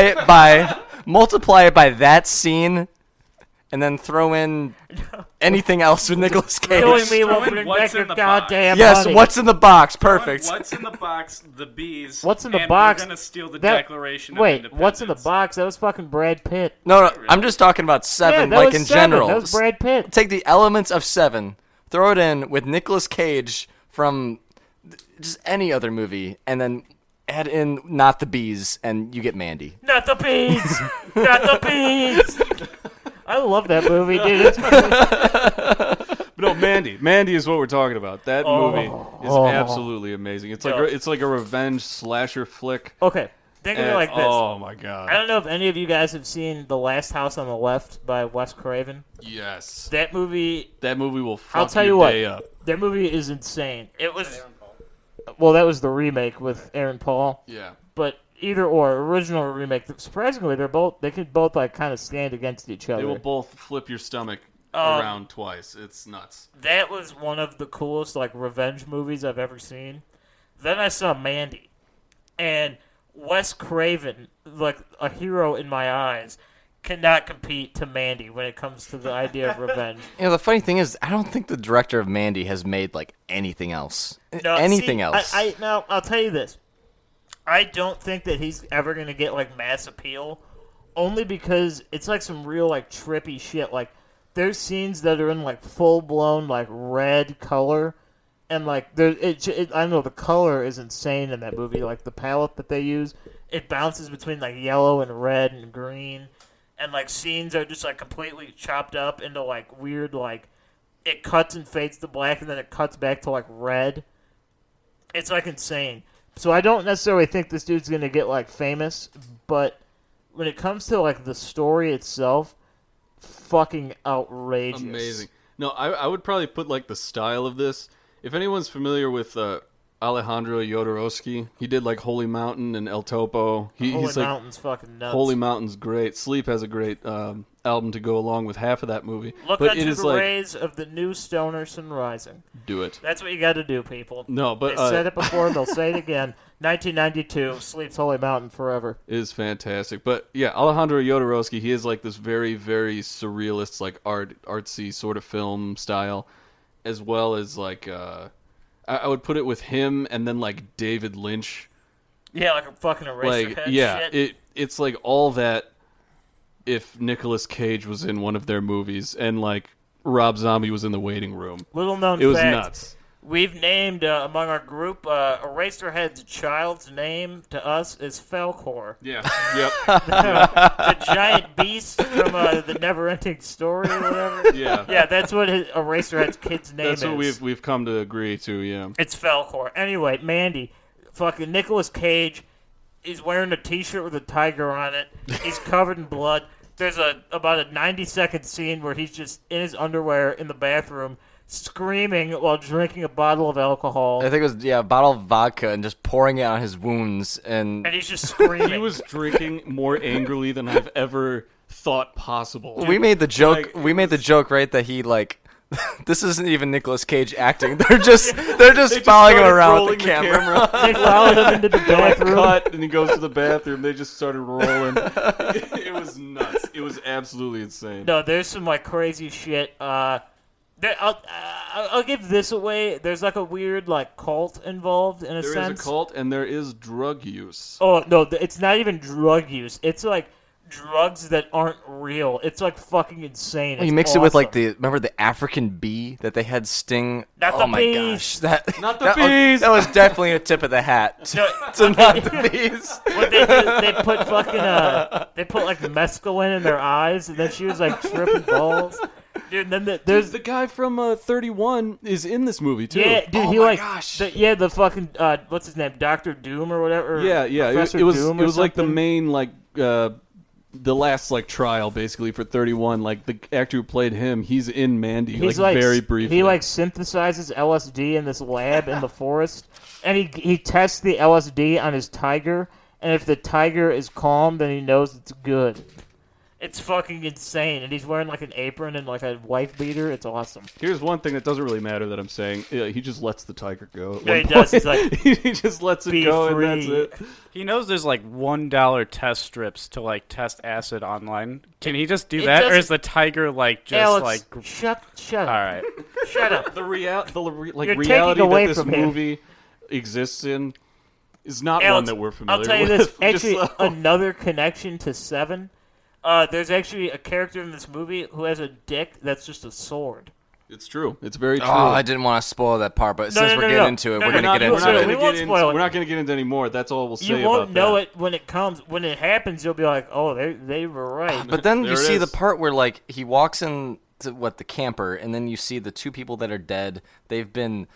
Speaker 3: it by multiply it by that scene and then throw in anything else with Nicolas Cage
Speaker 1: Killing me will
Speaker 5: Throw in
Speaker 1: bring
Speaker 5: what's
Speaker 1: back
Speaker 5: in
Speaker 1: your
Speaker 5: the
Speaker 1: goddamn
Speaker 3: Yes,
Speaker 1: honey.
Speaker 3: what's in the box? Perfect.
Speaker 5: What's in the box? The bees.
Speaker 1: What's in the
Speaker 5: and
Speaker 1: box?
Speaker 5: We're gonna steal the
Speaker 1: That-
Speaker 5: Declaration. of
Speaker 1: Wait, what's in the
Speaker 5: Independence.
Speaker 1: box? That was fucking Brad Pitt.
Speaker 3: No, no, I'm just talking about
Speaker 1: Yeah,
Speaker 3: seven,
Speaker 1: that
Speaker 3: like
Speaker 1: was
Speaker 3: in
Speaker 1: seven.
Speaker 3: general.
Speaker 1: That was Brad Pitt.
Speaker 3: Take the elements of seven, throw it in with Nicolas Cage from th- just any other movie, and then add in not the bees, and you get Mandy.
Speaker 1: Not the bees. not the bees. I love that movie, dude. It's-
Speaker 2: But no, Mandy. Mandy is what we're talking about. That movie is
Speaker 1: Oh.
Speaker 2: absolutely amazing. It's like
Speaker 1: Yeah.
Speaker 2: a- it's like a revenge slasher flick.
Speaker 1: okay, think of it
Speaker 2: And-
Speaker 1: like this.
Speaker 2: oh my
Speaker 1: I
Speaker 2: god!
Speaker 1: don't know if any of you guys have seen The Last House on the Left by Wes Craven.
Speaker 2: Yes,
Speaker 1: That movie
Speaker 2: that movie will fuck
Speaker 1: I'll tell
Speaker 2: your
Speaker 1: you what.
Speaker 2: day up.
Speaker 1: That movie is insane. It was. Well, that was the remake with Aaron Paul,
Speaker 2: Yeah,
Speaker 1: but either or original or remake. Surprisingly, they're both. They could both like kind of stand against each
Speaker 2: they
Speaker 1: other.
Speaker 2: will both flip your stomach
Speaker 1: Uh,
Speaker 2: around twice. It's nuts.
Speaker 1: That was one of the coolest like revenge movies I've ever seen. Then I saw Mandy, and Wes Craven, like a hero in my eyes, cannot compete to Mandy when it comes to the idea of revenge.
Speaker 3: You know, the funny thing is, I don't think the director of Mandy has made like anything else. anything
Speaker 1: see,
Speaker 3: else?
Speaker 1: I, I now I'll tell you this. I don't think that he's ever gonna get like mass appeal, only because it's like some real like trippy shit. Like there's scenes that are in like full blown like red color, and like there it, ju- it I don't know the color is insane in that movie. Like the palette that they use, it bounces between like yellow and red and green, and like scenes are just like completely chopped up into like weird like it cuts and fades to black and then it cuts back to like red. It's like insane. So I don't necessarily think this dude's gonna get like famous, but when it comes to like the story itself, fucking outrageous.
Speaker 2: Amazing. No, I, I would probably put like the style of this. If anyone's familiar with uh, Alejandro Jodorowsky, he did like Holy Mountain and El Topo. He,
Speaker 1: Holy
Speaker 2: he's like
Speaker 1: Oh, Mountain's fucking nuts.
Speaker 2: Holy Mountain's great. Sleep has a great um, album to go along with half of that movie.
Speaker 1: Look
Speaker 2: but
Speaker 1: up
Speaker 2: it is like
Speaker 1: rays of the new Stoner Sun Rising.
Speaker 2: do it.
Speaker 1: That's what you got to do, people.
Speaker 2: No, but,
Speaker 1: they
Speaker 2: uh,
Speaker 1: said it before. they'll say it again. 1992 sleeps Holy Mountain forever.
Speaker 2: is fantastic. But yeah, Alejandro Jodorowsky, he is like this very, very surrealist, like art, artsy sort of film style, as well as like uh, I, I would put it with him and then like David Lynch.
Speaker 1: Yeah, like a fucking eraser
Speaker 2: Like yeah, it it's like all that. If Nicolas Cage was in one of their movies and like Rob Zombie was in the waiting room,
Speaker 1: Little known
Speaker 2: it was
Speaker 1: fact,
Speaker 2: nuts.
Speaker 1: We've named uh, among our group uh, Eraserhead's child's name to us is Falcor,
Speaker 2: Yeah, yep,
Speaker 1: the giant beast from uh, the Neverending Story or whatever.
Speaker 2: yeah.
Speaker 1: Yeah, that's what his, Eraserhead's kid's name
Speaker 2: That's
Speaker 1: is.
Speaker 2: what we've we've come to agree to. Yeah,
Speaker 1: It's Falcor. Anyway, Mandy, fucking Nicolas Cage is wearing a T-shirt with a tiger on it. He's covered in blood. There's a about a 90 second scene where he's just in his underwear in the bathroom, screaming while drinking a bottle of alcohol,
Speaker 3: I think it was yeah, a bottle of vodka and just pouring it on his wounds and
Speaker 1: and he's just screaming.
Speaker 2: He was drinking more angrily than I've ever thought possible.
Speaker 3: we made the joke
Speaker 2: like,
Speaker 3: we made the joke right that he like this isn't even Nicolas Cage acting. They're just they're just
Speaker 2: They just
Speaker 3: following him
Speaker 2: started
Speaker 3: around
Speaker 2: rolling
Speaker 3: with the camera.
Speaker 1: they followed him into the
Speaker 2: Oh
Speaker 1: bathroom.
Speaker 2: Cut, and he goes to the bathroom. They just started rolling. it was nuts. It was absolutely insane.
Speaker 1: No, there's some like crazy shit. Uh, there, I'll, I'll I'll give this away. There's like a weird like cult involved in a
Speaker 2: There is
Speaker 1: sense.
Speaker 2: a cult and there is drug use.
Speaker 1: Oh no, th- it's not even drug use. It's like drugs that aren't real. It's like fucking insane.
Speaker 3: Well, he
Speaker 1: It's
Speaker 3: mixed it with like
Speaker 1: awesome.
Speaker 3: the remember the African bee that they had sting.
Speaker 1: Not
Speaker 3: oh
Speaker 1: the
Speaker 3: my
Speaker 1: bees.
Speaker 3: gosh, that
Speaker 2: Not the
Speaker 3: that was-
Speaker 2: bees.
Speaker 3: that was definitely a tip of the hat to,
Speaker 1: No.
Speaker 3: to not the bees.
Speaker 1: What they, do- they put fucking uh, they put like mescaline in their eyes, and then she was like tripping balls. Dude, and then the,
Speaker 2: There's
Speaker 1: there's
Speaker 2: the guy from uh, 31 is in this movie too.
Speaker 1: yeah, dude,
Speaker 3: Oh
Speaker 1: he
Speaker 3: my
Speaker 1: like
Speaker 3: gosh.
Speaker 1: the- yeah, the fucking uh, what's his name, Doctor Doom or whatever.
Speaker 2: yeah, yeah. It, was-
Speaker 1: Professor
Speaker 2: it was
Speaker 1: Doom
Speaker 2: it
Speaker 1: or
Speaker 2: was like the
Speaker 1: something.
Speaker 2: main like uh, the last like trial basically for 31. Like the actor who played him, he's in Mandy
Speaker 1: He's
Speaker 2: like,
Speaker 1: like,
Speaker 2: very briefly.
Speaker 1: He like synthesizes LSD in this lab in the forest, and he he tests the LSD on his tiger. And if the tiger is calm, then he knows it's good. It's fucking insane, and he's wearing like an apron and like a wife beater. It's awesome.
Speaker 2: Here's one thing that doesn't really matter that I'm saying. Yeah, he just lets the tiger go. at
Speaker 1: Yeah, he
Speaker 2: one
Speaker 1: does. He's
Speaker 2: point.
Speaker 1: like,
Speaker 2: he just lets it
Speaker 1: "Be
Speaker 2: go,
Speaker 1: free."
Speaker 2: and that's it.
Speaker 5: He knows there's like one dollar test strips to like test acid online. Can he just do
Speaker 1: It
Speaker 5: that, or
Speaker 1: doesn't-
Speaker 5: is the tiger like just
Speaker 1: Alex,
Speaker 5: like? gr-
Speaker 1: shut, shut
Speaker 5: All
Speaker 1: up,
Speaker 5: right,
Speaker 1: shut up.
Speaker 2: The real, the re- like
Speaker 1: You're taking
Speaker 2: reality
Speaker 1: away
Speaker 2: that this
Speaker 1: from him.
Speaker 2: movie exists in is not one
Speaker 1: Alex,
Speaker 2: that we're familiar
Speaker 1: I'll tell you
Speaker 2: with.
Speaker 1: this.
Speaker 2: Just
Speaker 1: Actually,
Speaker 2: so-
Speaker 1: another connection to Seven. Uh, there's actually a character in this movie who has a dick that's just a sword.
Speaker 2: it's true. It's very true.
Speaker 3: Oh, I didn't want to spoil that part, but since
Speaker 1: no,
Speaker 3: we're
Speaker 1: no,
Speaker 3: getting
Speaker 1: no.
Speaker 3: into it,
Speaker 1: No,
Speaker 3: we're
Speaker 1: no,
Speaker 3: gonna
Speaker 1: no,
Speaker 3: get
Speaker 1: no,
Speaker 3: into
Speaker 1: no,
Speaker 3: it.
Speaker 1: we won't
Speaker 2: get in-
Speaker 1: spoil it.
Speaker 2: We're not going to get into any more. That's all we'll say
Speaker 1: you won't
Speaker 2: about
Speaker 1: know
Speaker 2: that.
Speaker 1: it when it comes. When it happens, you'll be like, "Oh, they they were
Speaker 2: Ah,
Speaker 1: right."
Speaker 3: But then
Speaker 2: There
Speaker 3: you
Speaker 2: it
Speaker 3: see the
Speaker 2: is.
Speaker 3: part where like he walks in to what the camper, and then you see the two people that are dead. They've been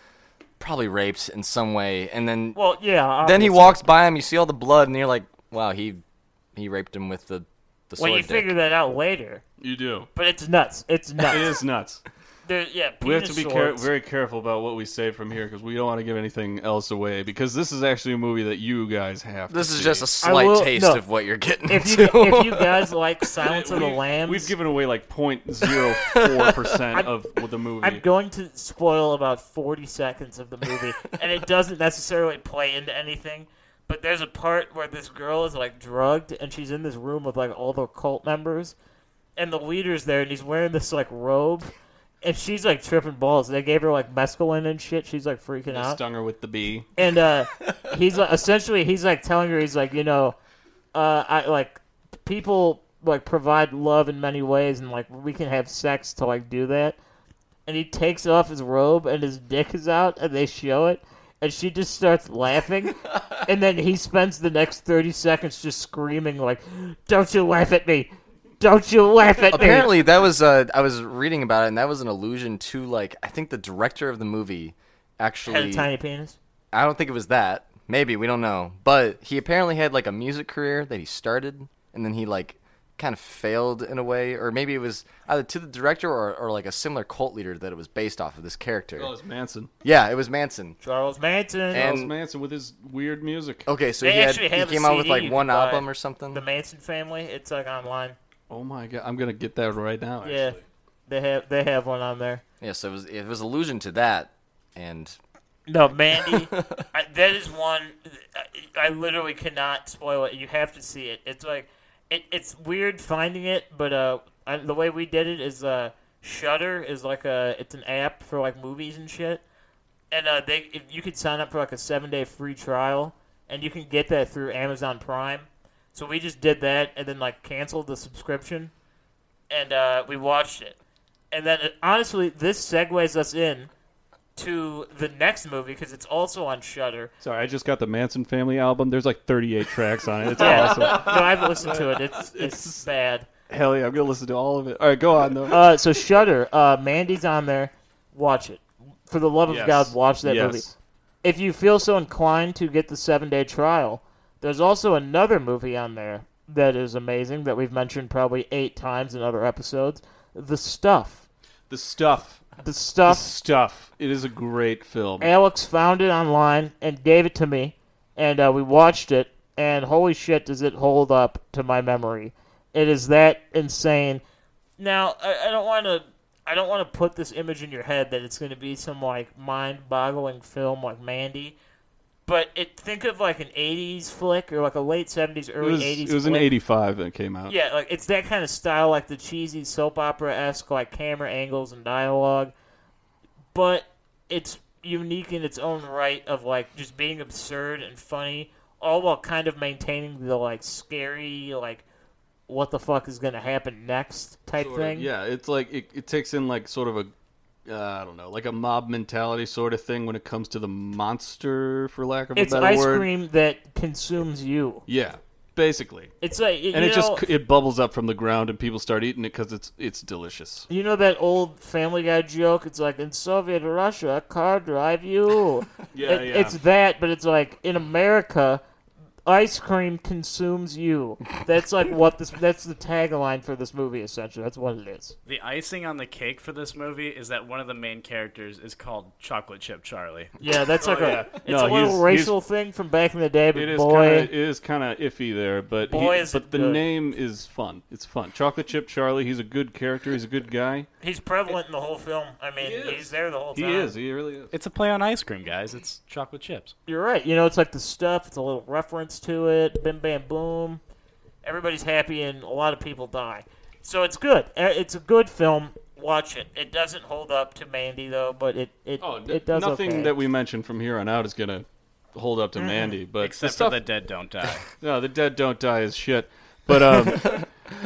Speaker 3: probably raped in some way, and then
Speaker 1: well, yeah.
Speaker 3: then
Speaker 1: obviously.
Speaker 3: he walks by him. You see all the blood, and you're like, wow, he he raped him with the the sword.
Speaker 1: Well, you
Speaker 3: dick.
Speaker 1: figure that out later.
Speaker 2: You do.
Speaker 1: But it's nuts. It's nuts.
Speaker 2: It is nuts.
Speaker 1: There, yeah,
Speaker 2: We have to
Speaker 1: penis
Speaker 2: be care-
Speaker 1: swords.
Speaker 2: very careful about what we say from here because we don't want to give anything else away because this is actually a movie that you guys have.
Speaker 3: This
Speaker 2: to
Speaker 3: is
Speaker 2: see.
Speaker 3: just a
Speaker 1: I
Speaker 3: slight
Speaker 1: will-
Speaker 3: taste
Speaker 1: no.
Speaker 3: of what you're getting
Speaker 1: If you
Speaker 3: to.
Speaker 1: if you guys like Silence of the
Speaker 2: We-
Speaker 1: Lambs,
Speaker 2: We've given away like 0.04 percent of the movie.
Speaker 1: I'm going to spoil about 40 seconds of the movie, and it doesn't necessarily play into anything. But there's a part where this girl is like drugged, and she's in this room with like all the cult members, and the leader's there, and he's wearing this like robe, and she's like tripping balls. They gave her like mescaline and shit. She's like freaking out
Speaker 2: Stung her with the bee.
Speaker 1: and uh, he's like, essentially he's like telling her he's like you know uh, I like people like provide love in many ways and like we can have sex to like do that and he takes off his robe and his dick is out and they show it and she just starts laughing and then he spends the next 30 seconds just screaming like don't you laugh at me Don't you laugh at me.
Speaker 3: Apparently, that was uh, I was reading about it, and that was an allusion to like I think the director of the movie
Speaker 1: Had a
Speaker 3: actually.
Speaker 1: tiny penis.
Speaker 3: I don't think it was that. Maybe we don't know, but he apparently had like a music career that he started, and then he like kind of failed in a way, or maybe it was either to the director or, or like a similar cult leader that it was based off of this character.
Speaker 2: Oh, it's Manson.
Speaker 3: Yeah, it was Manson.
Speaker 1: Charles Manson.
Speaker 3: And-
Speaker 2: Charles Manson with his weird music.
Speaker 3: Okay, so
Speaker 1: They
Speaker 3: he, had,
Speaker 1: actually have a
Speaker 3: he came out with
Speaker 1: CD you
Speaker 3: like one
Speaker 1: can buy.
Speaker 3: album or something.
Speaker 1: the Manson family. It's like online.
Speaker 2: Oh my god, I'm gonna get that right now. Actually.
Speaker 1: Yeah, they have they have one on there.
Speaker 3: yeah, so it was it was allusion to that, and
Speaker 1: No, Mandy, I, that is one. I, I literally cannot spoil it. You have to see it. It's like it, it's weird finding it, but uh, I, the way we did it is uh, Shutter is like a it's an app for like movies and shit, and uh, they if you could sign up for like a seven day free trial, and you can get that through Amazon Prime. So we just did that, and then like canceled the subscription, and uh, we watched it, and then uh, honestly, this segues us in to the next movie because it's also on Shutter.
Speaker 2: Sorry, I just got the Manson Family album. There's like 38 tracks on it. It's
Speaker 1: Yeah.
Speaker 2: awesome.
Speaker 1: No, I've listened to it. It's it's bad.
Speaker 2: Hell yeah, I'm gonna listen to all of it. All right, go on though.
Speaker 1: Uh, so Shutter, uh, Mandy's on there. Watch it. For the love of
Speaker 2: Yes.
Speaker 1: God, watch that
Speaker 2: Yes.
Speaker 1: movie. If you feel so inclined to get the seven day trial, there's also another movie on there that is amazing that we've mentioned probably eight times in other episodes. The stuff.
Speaker 2: The stuff.
Speaker 1: The
Speaker 2: The
Speaker 1: stuff
Speaker 2: stuff. It is a great film.
Speaker 1: Alex found it online and gave it to me, and uh, we watched it. And holy shit, does it hold up to my memory? It is that insane. Now, I, I don't want to. I don't want to put this image in your head that it's going to be some like mind-boggling film like Mandy, but it think of like an '80s flick or like a late '70s,
Speaker 2: It
Speaker 1: early
Speaker 2: was,
Speaker 1: '80s.
Speaker 2: it was in
Speaker 1: flick.
Speaker 2: '85 that it came out.
Speaker 1: Yeah, like it's that kind of style, like the cheesy soap opera esque, like camera angles and dialogue. But it's unique in its own right of like just being absurd and funny, all while kind of maintaining the like scary, like what the fuck is gonna happen next type
Speaker 2: Sort of,
Speaker 1: thing.
Speaker 2: yeah, it's like it, it takes in like sort of a uh, I don't know, like a mob mentality sort of thing when it comes to the monster, for lack of
Speaker 1: It's
Speaker 2: a better
Speaker 1: ice
Speaker 2: word.
Speaker 1: cream that consumes you.
Speaker 2: Yeah, basically.
Speaker 1: It's like you
Speaker 2: And it
Speaker 1: know-
Speaker 2: just it bubbles up from the ground and people start eating it because it's it's delicious.
Speaker 1: You know that old Family Guy joke? It's like in Soviet Russia, car drive you.
Speaker 2: Yeah,
Speaker 1: It-
Speaker 2: yeah.
Speaker 1: It's that, but it's like in America, ice cream consumes you. That's like what this. That's the tagline for this movie. Essentially, that's what it is.
Speaker 5: The icing on the cake for this movie is that one of the main characters is called Chocolate Chip Charlie.
Speaker 1: Yeah, that's like
Speaker 2: Oh, yeah.
Speaker 1: a. It's
Speaker 2: No,
Speaker 1: a little
Speaker 2: he's-
Speaker 1: racial thing from back in the day, but
Speaker 2: It is
Speaker 1: boy,
Speaker 2: kind of it is kind of iffy there, but he-
Speaker 1: Boy, is
Speaker 2: but
Speaker 1: it
Speaker 2: the
Speaker 1: good.
Speaker 2: name is fun. It's fun. Chocolate chip Charlie. He's a good character. He's a good guy.
Speaker 1: he's prevalent in the whole film. I mean,
Speaker 2: is. he's
Speaker 1: there the whole
Speaker 2: He is. He really is.
Speaker 5: It's a play on ice cream, guys. It's chocolate chips.
Speaker 1: You're right. You know, it's like the stuff. It's a little reference to it. Bim, bam, boom. Everybody's happy, and a lot of people die. So it's good. Uh, It's a good film. Watch it. It doesn't hold up to Mandy though, but it it,
Speaker 2: Oh, d-
Speaker 1: it does
Speaker 2: nothing
Speaker 1: okay.
Speaker 2: that we mention from here on out is gonna hold up to Mandy, but
Speaker 5: Except
Speaker 2: the stuff,
Speaker 5: for the dead don't die.
Speaker 2: no, the dead don't die is shit. But um,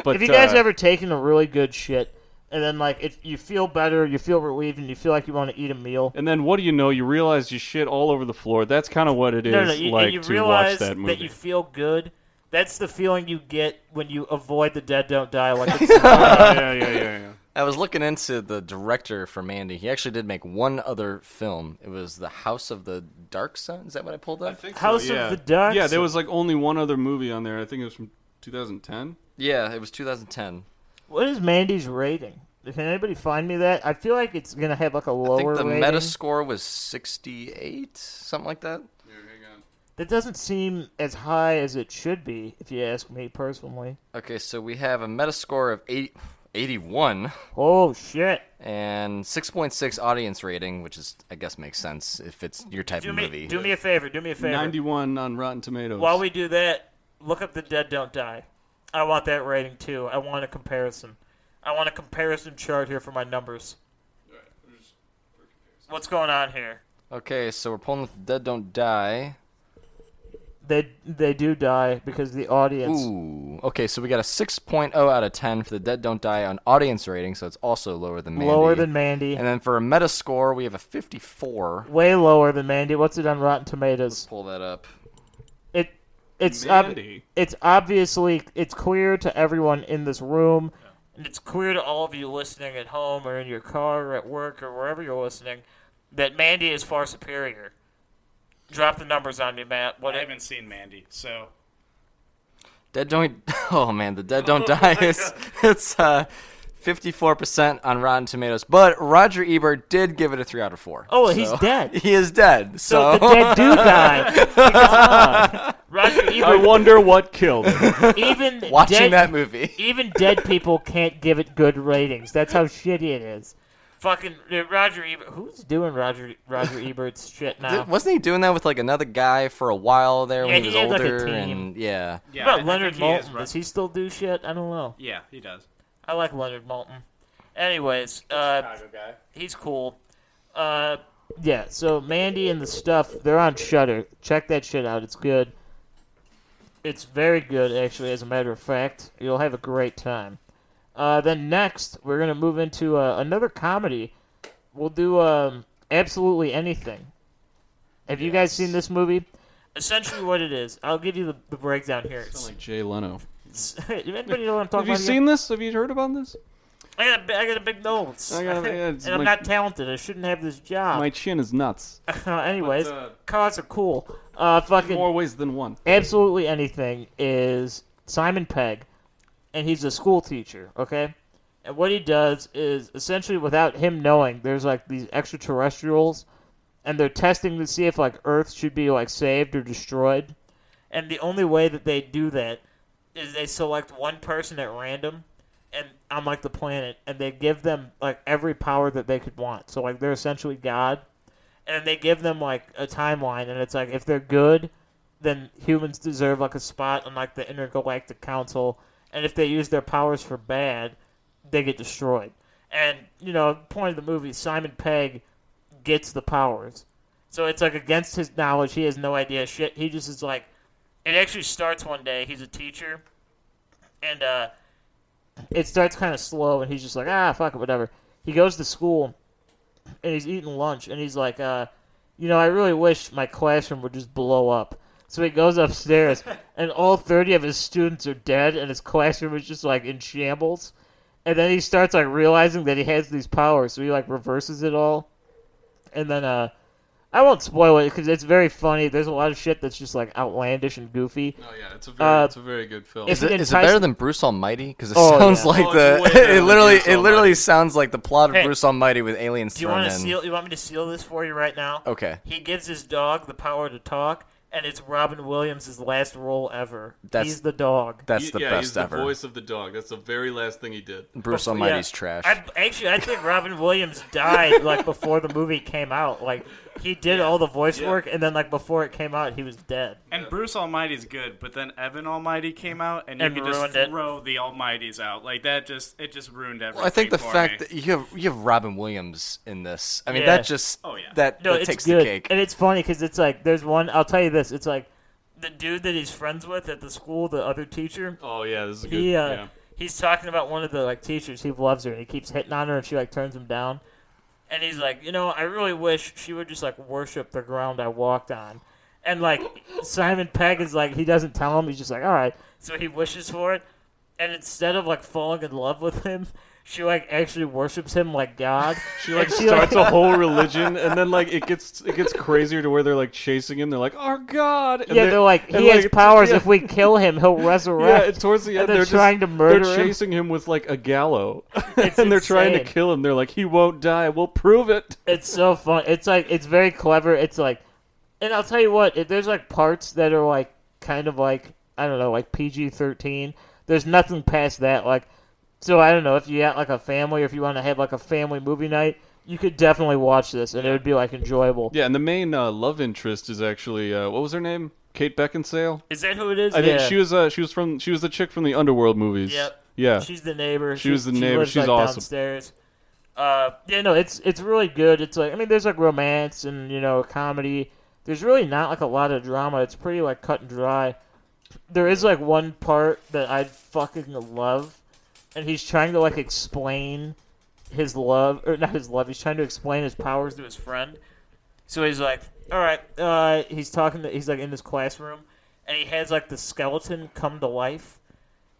Speaker 2: but
Speaker 1: Have you guys
Speaker 2: uh,
Speaker 1: ever taken a really good shit, and then like if you feel better, you feel relieved, and you feel like you want to eat a meal?
Speaker 2: And then what do you know? You realize you shit all over the floor. That's kind of what it is
Speaker 1: No, no, you,
Speaker 2: like
Speaker 1: and you
Speaker 2: to
Speaker 1: realize
Speaker 2: watch that movie.
Speaker 1: you feel good. That's the feeling you get when you avoid the dead don't die. Like it's,
Speaker 2: yeah, yeah, yeah, yeah.
Speaker 3: I was looking into the director for Mandy. He actually did make one other film. It was The House of the Dark Sun. Is that what I pulled up?
Speaker 1: House of the Ducks?
Speaker 2: Yeah, there was like only one other movie on there. I think it was from 2010.
Speaker 3: Yeah, it was 2010.
Speaker 1: what is Mandy's rating? Can anybody find me that? I feel like it's gonna have like a lower
Speaker 3: I think the
Speaker 1: rating.
Speaker 3: meta score was 68, something like that.
Speaker 1: That doesn't seem as high as it should be, if you ask me personally.
Speaker 3: Okay, so we have a meta score of 80, 81
Speaker 1: Oh shit!
Speaker 3: and 6.6 audience rating, which is I guess makes sense if it's your type
Speaker 1: Do
Speaker 3: of
Speaker 1: me,
Speaker 3: movie.
Speaker 1: do me a favor. Do me a favor.
Speaker 2: 91 on Rotten Tomatoes.
Speaker 1: While we do that, look up the Dead Don't Die. I want that rating too. I want a comparison. I want a comparison chart here for my numbers. What's going on here?
Speaker 3: Okay, so we're pulling with Dead Don't Die.
Speaker 1: They they do die because the audience.
Speaker 3: Ooh. Okay, so we got a 6.0 out of 10 for the Dead Don't Die on audience rating, so it's also lower than Mandy.
Speaker 1: Lower than Mandy.
Speaker 3: And then for a meta score, we have a 54.
Speaker 1: Way lower than Mandy. What's it on Rotten Tomatoes?
Speaker 3: Pull that up.
Speaker 1: It it's ob-
Speaker 2: Mandy.
Speaker 1: it's obviously it's clear to everyone in this room, and it's clear to all of you listening at home or in your car or at work or wherever you're listening, that Mandy is far superior. Drop the numbers on me, Matt. What
Speaker 5: I haven't seen Mandy, so
Speaker 3: Dead don't. Oh man, the dead don't die is it's uh, 54% on Rotten Tomatoes, but Roger Ebert did give it a three out of four.
Speaker 1: Oh, he's dead.
Speaker 3: He is dead.
Speaker 1: So
Speaker 3: So,
Speaker 1: the dead do die. Because, uh, Roger
Speaker 2: I
Speaker 1: Ebert,
Speaker 2: wonder what killed him.
Speaker 1: even
Speaker 3: watching
Speaker 1: dead,
Speaker 3: that movie.
Speaker 1: even dead people can't give it good ratings. That's how shitty it is. Fucking uh, Roger Ebert. Who's doing Roger Roger Ebert's shit now?
Speaker 3: Did- wasn't he doing that with like another guy for a while there
Speaker 1: Yeah,
Speaker 3: when he was
Speaker 1: he had, like, a
Speaker 3: older?
Speaker 1: team.
Speaker 3: and yeah,
Speaker 5: yeah.
Speaker 1: What
Speaker 5: I- I
Speaker 1: about Leonard
Speaker 5: think he is
Speaker 1: Maltin?
Speaker 5: Ru-
Speaker 1: Does he still do shit? I don't know.
Speaker 5: Yeah, he does.
Speaker 1: I like Leonard Maltin. Anyways, uh,
Speaker 5: Chicago guy.
Speaker 1: he's cool. Uh, yeah. So Mandy and the stuff they're on Shutter. Check that shit out. It's good. It's very good, actually. As a matter of fact, you'll have a great time. Uh, then next, we're gonna move into uh, another comedy. We'll do um, absolutely anything. Have you guys seen this movie? Essentially, what it is, I'll give you the, the breakdown here.
Speaker 2: Like Jay Leno.
Speaker 1: Anybody know what I'm talking
Speaker 2: Have you
Speaker 1: about here?
Speaker 2: seen this? Have you heard about this?
Speaker 1: I got, a bi- I got a big nose.
Speaker 2: I got a- yeah, it's
Speaker 1: and I'm
Speaker 2: my-
Speaker 1: not talented. I shouldn't have this job.
Speaker 2: My chin is nuts.
Speaker 1: Anyways,
Speaker 2: But, uh,
Speaker 1: cars are cool. Uh, fucking
Speaker 2: More ways than one.
Speaker 1: absolutely anything is Simon Pegg, and he's a school teacher. Okay, and what he does is essentially without him knowing, there's like these extraterrestrials, and they're testing to see if like Earth should be like saved or destroyed. And the only way that they do that is they select one person at random and on like the planet and they give them like every power that they could want. So like they're essentially God. And they give them like a timeline and it's like if they're good, then humans deserve like a spot on like the intergalactic council and if they use their powers for bad, they get destroyed. And, you know, point of the movie, Simon Pegg gets the powers. So it's like against his knowledge, he has no idea shit. He just is like it actually starts one day, he's a teacher and uh it starts kind of slow, and he's just like, ah, fuck it, whatever. He goes to school, and he's eating lunch, and he's like, uh, you know, I really wish my classroom would just blow up. So he goes upstairs, and all 30 of his students are dead, and his classroom is just, like, in shambles. And then he starts, like, realizing that he has these powers, so he, like, reverses it all. And then, uh, I won't spoil it because it's very funny. There's a lot of shit that's just, like, outlandish and goofy.
Speaker 2: Oh yeah, it's a very,
Speaker 1: Uh,
Speaker 2: it's a very good film.
Speaker 1: if-
Speaker 3: Is it, is it
Speaker 1: enticed-
Speaker 3: better than Bruce Almighty? Because it
Speaker 1: Oh,
Speaker 3: sounds
Speaker 1: yeah.
Speaker 3: like
Speaker 2: Oh,
Speaker 3: the
Speaker 2: it's way better
Speaker 3: it
Speaker 2: than
Speaker 3: literally
Speaker 2: Bruce
Speaker 3: it literally
Speaker 2: Almighty.
Speaker 3: sounds like the plot of
Speaker 1: Hey,
Speaker 3: Bruce Almighty with aliens
Speaker 1: Do you
Speaker 3: thrown
Speaker 1: want
Speaker 3: in.
Speaker 1: to seal? You want me to seal this for you right now?
Speaker 3: Okay.
Speaker 1: He gives his dog the power to talk, and it's Robin Williams' last role ever.
Speaker 3: That's-
Speaker 1: He's the dog.
Speaker 3: That's the
Speaker 2: yeah,
Speaker 3: best
Speaker 2: he's the
Speaker 3: ever.
Speaker 2: voice of the dog. That's the very last thing he did.
Speaker 3: Bruce
Speaker 1: Before-
Speaker 3: Almighty's
Speaker 1: Oh, yeah.
Speaker 3: trash.
Speaker 1: I, actually, I think Robin Williams died like before the movie came out. Like he did all the voice
Speaker 2: Yeah.
Speaker 1: work, and then like before it came out, he was dead.
Speaker 5: And Bruce Almighty's good, but then Evan Almighty came out, and you
Speaker 1: And
Speaker 5: could just
Speaker 1: ruined it.
Speaker 5: throw the Almighties out like that. Just it just ruined everything.
Speaker 3: Well, I think the
Speaker 5: for
Speaker 3: fact
Speaker 5: me.
Speaker 3: that you have you have Robin Williams in this, I mean,
Speaker 1: Yeah.
Speaker 3: that just
Speaker 5: Oh, yeah.
Speaker 3: that,
Speaker 1: No,
Speaker 3: that
Speaker 1: it's
Speaker 3: takes
Speaker 1: good,
Speaker 3: the cake.
Speaker 1: and it's funny because it's like there's one. I'll tell you this. It's like the dude that he's friends with at the school, the other teacher.
Speaker 2: Oh yeah, this is a good.
Speaker 1: he uh,
Speaker 2: yeah.
Speaker 1: he's talking about one of the like teachers he loves her and he keeps hitting on her and she like turns him down and he's like you know i really wish she would just like worship the ground i walked on and like simon pegg is like he doesn't tell him he's just like all right so he wishes for it and instead of like falling in love with him she like actually worships him like god
Speaker 2: She like starts a whole religion, and then like it gets it gets crazier to where they're like chasing him. They're like, "Our God!" And
Speaker 1: yeah they're like
Speaker 2: and,
Speaker 1: he has
Speaker 2: it's-
Speaker 1: powers
Speaker 2: yeah,
Speaker 1: if we kill him he'll
Speaker 2: Yeah,
Speaker 1: resurrect
Speaker 2: and towards the end,
Speaker 1: they're
Speaker 2: just-
Speaker 1: trying to murder
Speaker 2: They're
Speaker 1: him.
Speaker 2: chasing him with like a gallow,
Speaker 1: It's
Speaker 2: and they're trying to
Speaker 1: insane.
Speaker 2: kill him. They're like, "He won't die. We'll prove it."
Speaker 1: it's so fun. It's like it's very clever. It's like, and I'll tell you what. It, there's like parts that are like kind of like I don't know, like PG thirteen. There's nothing past that. Like, so I don't know if you got like a family or if you want to have like a family movie night, you could definitely watch this and it would be like enjoyable.
Speaker 2: Yeah, and the main uh, love interest is actually uh, what was her name? Kate Beckinsale.
Speaker 1: Is that who it is?
Speaker 2: I
Speaker 1: yeah.
Speaker 2: think she was uh, she was from she was the chick from the Underworld movies.
Speaker 1: Yep.
Speaker 2: Yeah.
Speaker 1: She's the neighbor.
Speaker 2: She was the neighbor.
Speaker 1: lives,
Speaker 2: She's
Speaker 1: like,
Speaker 2: awesome.
Speaker 1: Downstairs. Uh, yeah, no, it's it's really good. It's like I mean, there's like romance and you know comedy. There's really not like a lot of drama. It's pretty like cut and dry. There is like one part that I fucking love, and he's trying to like explain his love or not his love. He's trying to explain his powers to his friend. So he's like, "All right," uh, he's talking. To, he's like in his classroom, and he has like the skeleton come to life,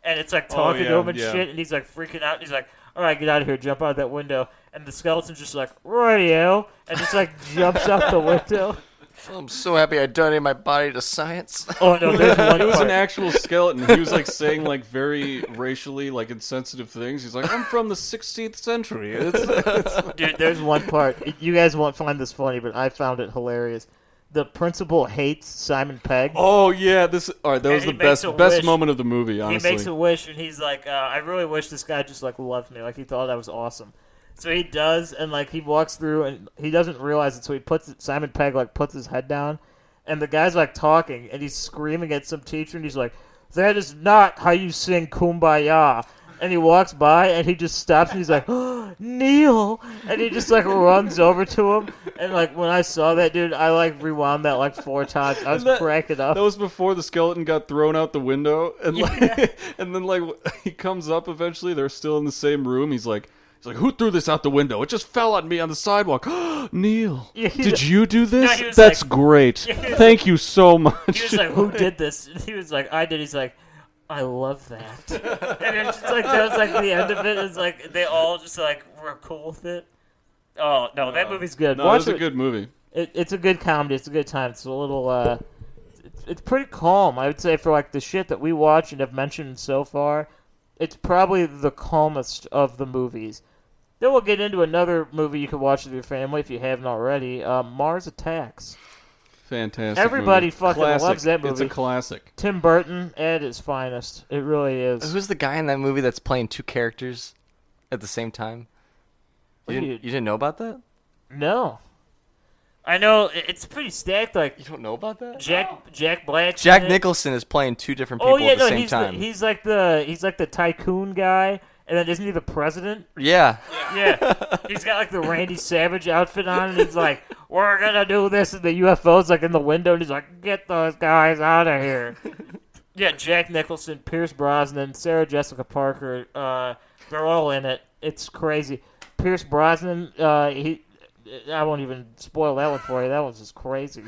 Speaker 1: and it's like talking
Speaker 2: yeah,
Speaker 1: to him and
Speaker 2: yeah.
Speaker 1: shit, and he's like freaking out. And he's like, "All right, get out of here, jump out of that window." And the skeleton's just like, "Radio," and just like jumps out the window.
Speaker 3: Oh, I'm so happy I donated my body to science.
Speaker 1: Oh no, there's one
Speaker 2: It was an
Speaker 1: part.
Speaker 2: actual skeleton. He was like saying like very racially like insensitive things. He's like, I'm from the 16th century. It's,
Speaker 1: Dude, there's one part. You guys won't find this funny, but I found it hilarious. The principal hates Simon Pegg.
Speaker 2: oh yeah, this. All right, that
Speaker 1: And
Speaker 2: was
Speaker 1: he
Speaker 2: the
Speaker 1: makes
Speaker 2: best
Speaker 1: a
Speaker 2: best
Speaker 1: wish.
Speaker 2: moment of the movie.
Speaker 1: he
Speaker 2: Honestly,
Speaker 1: makes a wish and he's like, uh, I really wish this guy just like loved me, like he thought I was awesome. So he does, and like he walks through, and he doesn't realize it. So he puts Simon Pegg like puts his head down, and the guy's like talking, and he's screaming at some teacher, and he's like, "That is not how you sing Kumbaya." And he walks by, and he just stops, and he's like, "Neil!" And he just like runs over to him, and like when I saw that dude, I like rewound that like four times. I was
Speaker 2: that-
Speaker 1: cracking up.
Speaker 2: That was before the skeleton got thrown out the window, and like, and then like he comes up eventually. They're still in the same room. He's like, he's like, who threw this out the window? It just fell on me on the sidewalk. Neil,
Speaker 1: Yeah, he-
Speaker 2: did you do this?
Speaker 1: he was
Speaker 2: That's
Speaker 1: like-
Speaker 2: great. Thank you so
Speaker 1: He
Speaker 2: much.
Speaker 1: was like, "Who did this?" And he was like, "I did." He's like, "I love that." And it's just like that was like the end of it. It's like they all just like were cool with it. Oh no, that movie's good.
Speaker 2: Uh, no, it
Speaker 1: Watch
Speaker 2: was a good movie.
Speaker 1: it- it's a good comedy. It's a good time. It's a little. uh it's, it's pretty calm. I would say for like the shit that we watch and have mentioned so far, it's probably the calmest of the movies. Then we'll get into another movie you can watch with your family if you haven't already. Uh, Mars Attacks.
Speaker 2: Fantastic.
Speaker 1: Everybody
Speaker 2: movie.
Speaker 1: fucking
Speaker 2: classic.
Speaker 1: loves that
Speaker 2: It's
Speaker 1: movie.
Speaker 2: a classic.
Speaker 1: Tim Burton at his finest. It really is.
Speaker 3: Who's the guy in that movie that's playing two characters at the same time? You didn't,
Speaker 1: Dude.
Speaker 3: you didn't know about that?
Speaker 1: No. I know i- it's pretty stacked. Like
Speaker 3: You don't know about that?
Speaker 1: Jack Jack Black.
Speaker 3: Jack Nicholson is playing two different people
Speaker 1: Oh yeah,
Speaker 3: at the
Speaker 1: no,
Speaker 3: same
Speaker 1: he's
Speaker 3: time.
Speaker 1: The, he's like the he's like the tycoon guy, and then isn't he the president?
Speaker 3: yeah.
Speaker 1: Yeah, he's got like the Randy Savage outfit on, and he's like, "We're gonna do this," and the UFO's like in the window, and he's like, "Get those guys out of here." yeah, Jack Nicholson, Pierce Brosnan, Sarah Jessica Parker, uh, they're all in it. It's crazy. Pierce Brosnan, uh, he, I won't even spoil that one for you. That one's just crazy.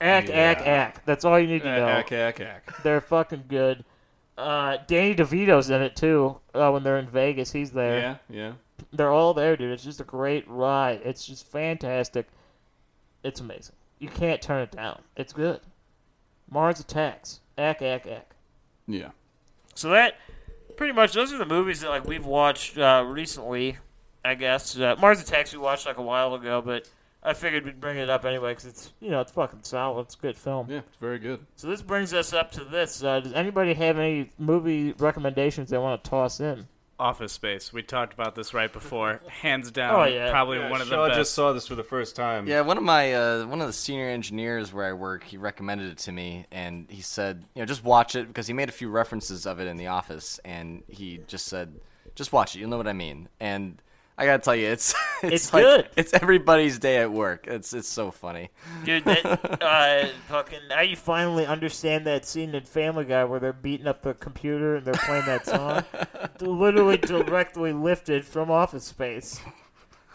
Speaker 1: Act, act, act. That's all you
Speaker 2: Uh,
Speaker 1: need to know.
Speaker 2: Ack, ack, ack.
Speaker 1: They're fucking good. Uh, Danny DeVito's in it too. Uh, when they're in Vegas, he's there
Speaker 2: Yeah, yeah.
Speaker 1: they're all there, dude. It's just a great ride. It's just fantastic. It's amazing. You can't turn it down. It's good. Mars Attacks. Ack, ack, ack.
Speaker 2: Yeah.
Speaker 1: So that, pretty much, those are the movies that like we've watched uh, recently. I guess uh, Mars Attacks we watched like a while ago, but I figured we'd bring it up anyway because it's you know it's fucking solid. It's a good film.
Speaker 2: Yeah, it's very good.
Speaker 1: So this brings us up to this. Uh, does anybody have any movie recommendations they want to toss in?
Speaker 5: Office Space. We talked about this right before. Hands down,
Speaker 1: Oh, yeah.
Speaker 5: probably one of the best.
Speaker 2: saw this for the first time.
Speaker 3: Yeah, one of my uh, one of the senior engineers where I work, he recommended it to me, and he said, you know, just watch it because he made a few references of it in the office, and he just said, just watch it, you'll know what I mean. And I gotta tell you, it's it's,
Speaker 1: It's
Speaker 3: like-
Speaker 1: good.
Speaker 3: It's everybody's day at work. It's it's so funny.
Speaker 1: Dude, that, uh, fucking, now you finally understand that scene in Family Guy where they're beating up the computer and they're playing that song. Literally directly lifted from Office Space.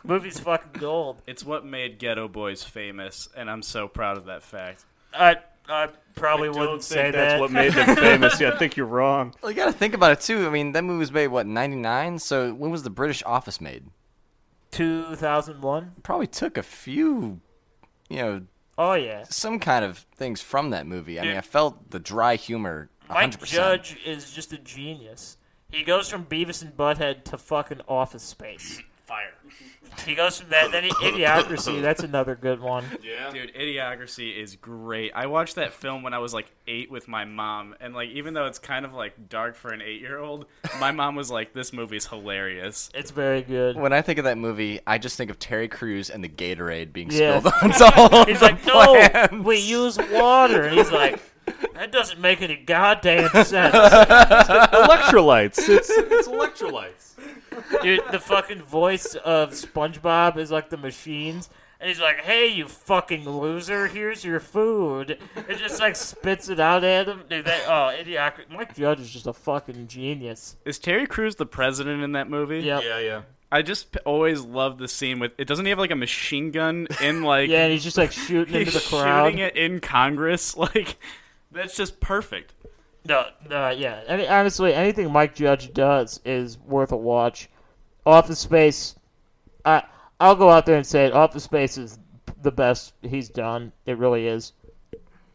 Speaker 1: Movie's fucking gold.
Speaker 5: It's what made Ghetto Boys famous, and I'm so proud of that fact.
Speaker 1: I, I probably wouldn't say that.
Speaker 2: made them famous. Yeah, I think you're wrong.
Speaker 3: Well, you gotta think about it too. I mean, that movie was made what ninety nine. So when was the British Office made?
Speaker 1: 2001?
Speaker 3: Probably took a few, you know,
Speaker 1: Oh, yeah.
Speaker 3: some kind of things from that movie. I mean, I felt the dry humor. 100%.
Speaker 1: Mike Judge is just a genius. He goes from Beavis and Butthead to fucking Office Space.
Speaker 5: Fire.
Speaker 1: He goes from that, then he, Idiocracy. That's another good one.
Speaker 5: Dude, Idiocracy is great. I watched that film when I was like eight with my mom, and like even though it's kind of like dark for an eight year old, my mom was like, "This movie's hilarious."
Speaker 1: It's very good.
Speaker 3: When I think of that movie, I just think of Terry Crews and the Gatorade being
Speaker 1: Yeah.
Speaker 3: spilled onto all
Speaker 1: He's
Speaker 3: the
Speaker 1: like, no,
Speaker 3: plants.
Speaker 1: we use water. And he's like, that doesn't make any goddamn sense.
Speaker 2: Electrolytes. It's, it's electrolytes.
Speaker 1: Dude, the fucking voice of SpongeBob is like the machines. And he's like, hey, you fucking loser, here's your food. It just like spits it out at him. Dude, that, oh, idiocracy. Mike Judge is just a fucking genius.
Speaker 5: Is Terry Crews the president in that movie?
Speaker 1: Yep.
Speaker 2: Yeah, yeah.
Speaker 5: I just p- always love the scene with it. Doesn't he have like a machine gun in like
Speaker 1: Yeah, and he's just like shooting into
Speaker 5: he's
Speaker 1: the crowd.
Speaker 5: shooting it in Congress? Like That's just perfect.
Speaker 1: No, no, yeah. I mean, honestly, anything Mike Judge does is worth a watch. Office Space, I I'll go out there and say it. Office Space is the best he's done. It really is.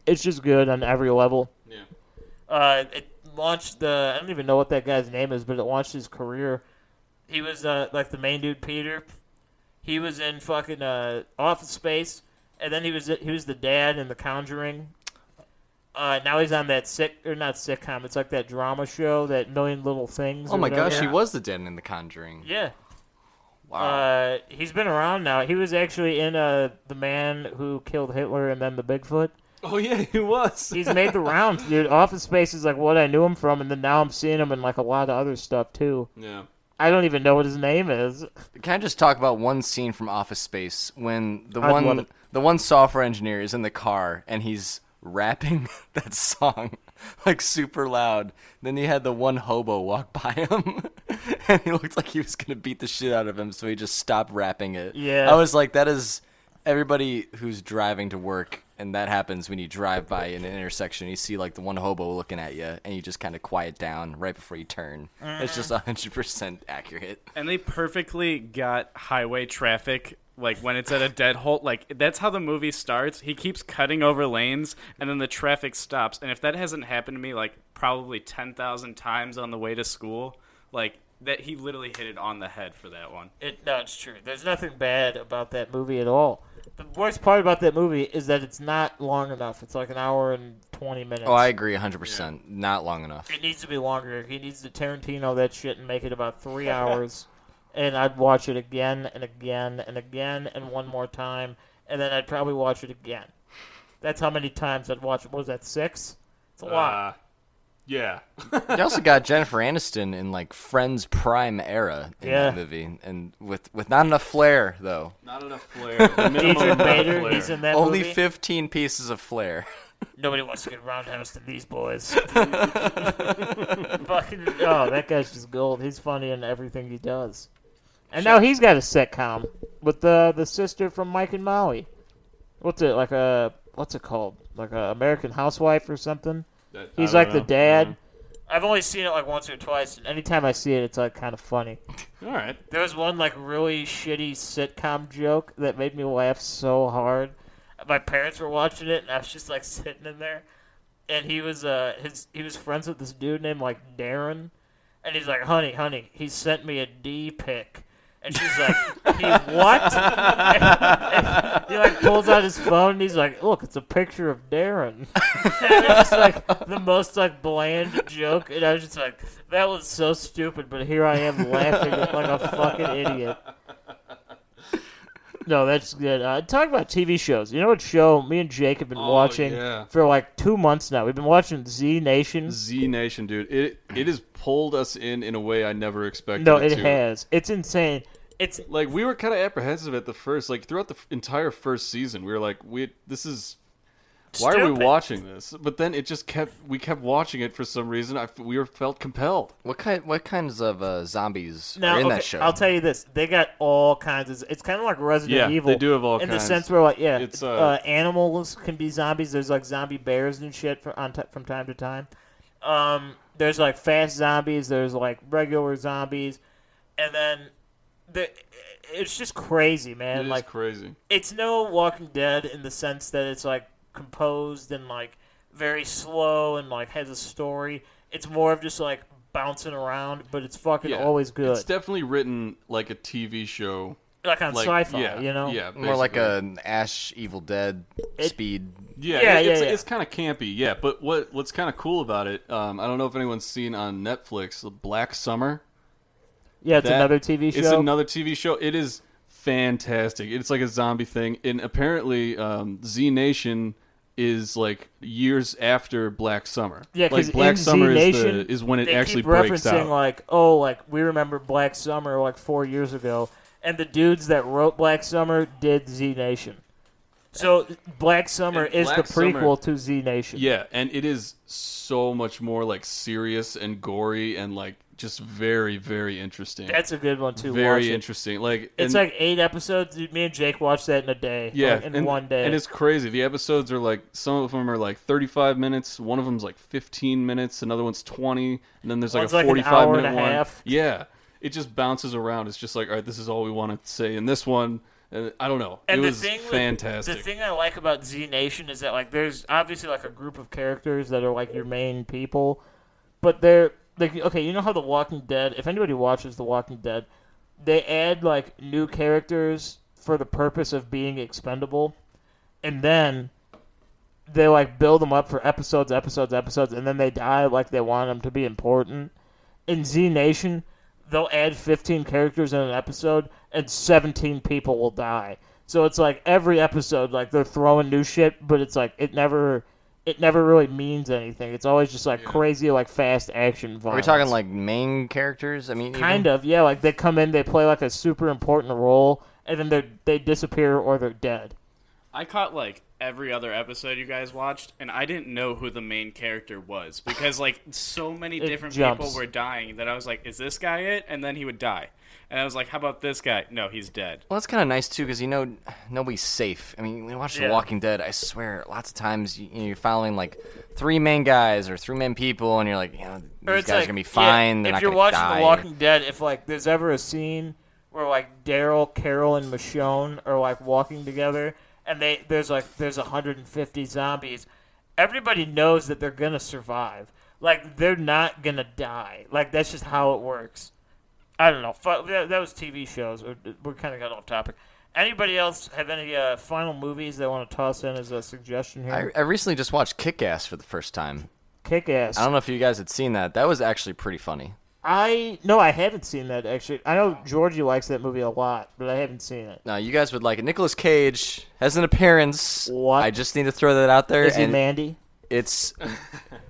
Speaker 1: It's just good on every level.
Speaker 2: Yeah.
Speaker 1: Uh, it launched the I don't even know what that guy's name is, but it launched his career. He was uh, like the main dude, Peter. He was in fucking uh, Office Space, and then he was he was the dad in The Conjuring. Uh, now he's on that sick or not sitcom. It's like that drama show, that Million Little Things.
Speaker 3: Oh
Speaker 1: or
Speaker 3: my
Speaker 1: whatever.
Speaker 3: gosh, he was the den in The Conjuring.
Speaker 1: Yeah.
Speaker 3: Wow.
Speaker 1: Uh, he's been around now. He was actually in uh, the man who killed Hitler and then the Bigfoot.
Speaker 2: Oh yeah, he was.
Speaker 1: He's made the rounds, dude. Office Space is like what I knew him from, and then now I'm seeing him in like a lot of other stuff too.
Speaker 2: yeah.
Speaker 1: I don't even know what his name is.
Speaker 3: Can I just talk about one scene from Office Space when the
Speaker 1: I'd love
Speaker 3: one
Speaker 1: it.
Speaker 3: the one software engineer is in the car and he's rapping that song like super loud. Then he had the one hobo walk by him and he looked like he was gonna beat the shit out of him, so he just stopped rapping it.
Speaker 1: Yeah.
Speaker 3: I was like, that is everybody who's driving to work and that happens when you drive by an intersection you see like the one hobo looking at you and you just kind of quiet down right before you turn it's just 100% accurate
Speaker 5: And they perfectly got highway traffic. Like when it's at a dead halt, like that's how the movie starts. He keeps cutting over lanes, and then the traffic stops. And if that hasn't happened to me, like probably ten thousand times on the way to school, like that he literally hit it on the head for that one.
Speaker 1: It, no, it's true. There's nothing bad about that movie at all. The worst part about that movie is that it's not long enough. It's like an hour and twenty minutes.
Speaker 3: Oh, I agree 100%. Not long enough.
Speaker 1: It needs to be longer. He needs to Tarantino that shit and make it about three hours. and I'd watch it again and again and again and one more time. And then I'd probably watch it again. That's how many times I'd watch it. What was that, six? It's a lot.
Speaker 2: Uh, yeah.
Speaker 3: They also got Jennifer Aniston in like Friends prime era in
Speaker 1: Yeah.
Speaker 3: that movie and with with not enough flair though.
Speaker 2: Not enough flair. The minimum
Speaker 1: Adrian
Speaker 2: amount of
Speaker 1: Bader,
Speaker 2: flair.
Speaker 1: he's in that
Speaker 3: Only
Speaker 1: movie.
Speaker 3: 15 pieces of flair.
Speaker 1: Nobody wants to get roundhouse to these boys. Fucking, oh, that guy's just gold. He's funny in everything he does. And now he's got a sitcom with the the sister from Mike and Molly. What's it like a what's it called? Like a American Housewife or something?
Speaker 2: That- I
Speaker 1: He's
Speaker 2: don't
Speaker 1: like the
Speaker 2: know.
Speaker 1: dad. I've only seen it like once or twice, and anytime I see it, it's like kind of funny.
Speaker 2: All right.
Speaker 1: There was one like really shitty sitcom joke that made me laugh so hard. My parents were watching it, and I was just like sitting in there. And he was uh his he was friends with this dude named like Darren, and he's like, "Honey, honey, he sent me a D pic." And she's like, he, "What?" And he like pulls out his phone, and he's like, "Look, it's a picture of Darren." and it's just like the most like bland joke, and I was just like, that was so stupid. But here I am laughing like a fucking idiot. No, that's good. Uh, talk about TV shows. You know what show me and Jake have been
Speaker 2: Oh,
Speaker 1: watching
Speaker 2: yeah.
Speaker 1: for like two months now? We've been watching Z Nation.
Speaker 2: Z Nation, dude. It it has pulled us in in a way I never expected.
Speaker 1: No, it
Speaker 2: to.
Speaker 1: has. It's insane. It's
Speaker 2: Like we were kind of apprehensive at the first. Like throughout the f- entire first season, we were like, we this is. Why are we
Speaker 1: Stupid.
Speaker 2: watching this? But then it just kept. We kept watching it for some reason. I f- we were felt compelled.
Speaker 3: What kind what kinds of uh, zombies
Speaker 1: now.
Speaker 3: are in
Speaker 1: okay,
Speaker 3: that show?
Speaker 1: I'll tell you this: they got all kinds of. It's kind of like Resident
Speaker 2: Yeah, they
Speaker 1: Evil.
Speaker 2: do have all
Speaker 1: in
Speaker 2: kinds.
Speaker 1: the sense where like yeah,
Speaker 2: It's,
Speaker 1: uh,
Speaker 2: uh,
Speaker 1: animals can be zombies. There's like zombie bears and shit for, on t- from time to time. Um, there's like fast zombies. There's like regular zombies, and then the it's just crazy,
Speaker 2: It
Speaker 1: man.
Speaker 2: is
Speaker 1: like
Speaker 2: crazy.
Speaker 1: it's no Walking Dead in the sense that it's like composed and like very slow and like has a story. It's more of just like bouncing around, but it's fucking
Speaker 2: Yeah,
Speaker 1: always good.
Speaker 2: It's definitely written like a TV show.
Speaker 1: like on
Speaker 2: Like
Speaker 1: sci-fi,
Speaker 2: yeah,
Speaker 1: you know.
Speaker 2: yeah,
Speaker 3: More like
Speaker 2: basically.
Speaker 3: an Ash Evil Dead speed.
Speaker 2: Yeah,
Speaker 1: Yeah,
Speaker 2: it-
Speaker 1: yeah,
Speaker 2: it's,
Speaker 1: yeah.
Speaker 2: it's kind of campy, yeah. But what what's kind of cool about it? Um, I don't know if anyone's seen on Netflix Black Summer.
Speaker 1: Yeah, it's
Speaker 2: That-
Speaker 1: another TV show.
Speaker 2: It's another TV show. It is fantastic. It's like a zombie thing, and apparently um, Z Nation is like years after Black Summer.
Speaker 1: Yeah, 'cause
Speaker 2: like Black
Speaker 1: in Z
Speaker 2: Summer
Speaker 1: Nation,
Speaker 2: is, the, is when it
Speaker 1: they
Speaker 2: actually
Speaker 1: keep
Speaker 2: breaks
Speaker 1: referencing
Speaker 2: out.
Speaker 1: like, oh, like we remember Black Summer like four years ago, and the dudes that wrote Black Summer did Z Nation. So Black Summer
Speaker 2: And
Speaker 1: is
Speaker 2: Black
Speaker 1: the prequel
Speaker 2: Summer-
Speaker 1: to Z Nation.
Speaker 2: yeah, and it is so much more like serious and gory and like just very very interesting.
Speaker 1: That's a good one too.
Speaker 2: very
Speaker 1: Watch it.
Speaker 2: interesting. Like
Speaker 1: It's
Speaker 2: and-
Speaker 1: like eight episodes. Dude, me and Jake watched that in a day.
Speaker 2: yeah,
Speaker 1: like, in
Speaker 2: and-
Speaker 1: one day.
Speaker 2: and it's crazy. The episodes are like some of them are like 35 minutes, one of them's like 15 minutes, another one's 20, and then there's like
Speaker 1: One's
Speaker 2: a
Speaker 1: like an
Speaker 2: 45
Speaker 1: hour and
Speaker 2: minute
Speaker 1: a
Speaker 2: one.
Speaker 1: half.
Speaker 2: Yeah, it just bounces around. It's just like all right, this is all we want to say in this one. And I don't know.
Speaker 1: And
Speaker 2: it
Speaker 1: the
Speaker 2: was
Speaker 1: thing with-
Speaker 2: fantastic.
Speaker 1: the thing I like about Z Nation is that like there's obviously like a group of characters that are like your main people, but they're like okay, you know how The Walking Dead. If anybody watches The Walking Dead, they add like new characters for the purpose of being expendable, and then they like build them up for episodes, episodes, episodes, and then they die like they want them to be important. In Z Nation, they'll add 15 characters in an episode, and 17 people will die. So it's like every episode, like they're throwing new shit, but it's like it never, it never really means anything. It's always just like crazy, like fast action. Violence.
Speaker 3: Are we talking like main characters? I mean, even-
Speaker 1: Kind of, yeah. Like they come in, they play like a super important role, and then they they disappear or they're dead.
Speaker 5: I caught like every other episode you guys watched, and I didn't know who the main character was because like so many
Speaker 1: It
Speaker 5: different
Speaker 1: jumps.
Speaker 5: people were dying that I was like, "Is this guy it?" And then he would die, and I was like, "How about this guy? No, he's dead."
Speaker 3: Well, that's kind of nice too, because you know nobody's safe. I mean, when you watch
Speaker 1: Yeah.
Speaker 3: The Walking Dead, I swear, lots of times you, you know, you're following like three main guys or three main people, and you're like, you know, these guys are gonna be fine. They're
Speaker 1: if
Speaker 3: not
Speaker 1: you're
Speaker 3: gonna
Speaker 1: watching
Speaker 3: die.
Speaker 1: The Walking Dead, if like there's ever a scene where like Daryl, Carol, and Michonne are like walking together, and they there's like there's 150 zombies, everybody knows that they're gonna survive. Like they're not gonna die. Like that's just how it works. I don't know. Fu- That, that was TV shows. We're, we're kind of got off topic. Anybody else have any uh, final movies they want to toss in as a suggestion
Speaker 3: I,
Speaker 1: here?
Speaker 3: I recently just watched Kick Ass for the first time.
Speaker 1: Kick ass.
Speaker 3: I don't know if you guys had seen that. That was actually pretty funny.
Speaker 1: I no, I haven't seen that actually. I know Georgie likes that movie a lot, but I haven't seen it.
Speaker 3: Now you guys would like it. Nicolas Cage has an appearance.
Speaker 1: What?
Speaker 3: I just need to throw that out there.
Speaker 1: Is he
Speaker 3: and
Speaker 1: Mandy?
Speaker 3: It's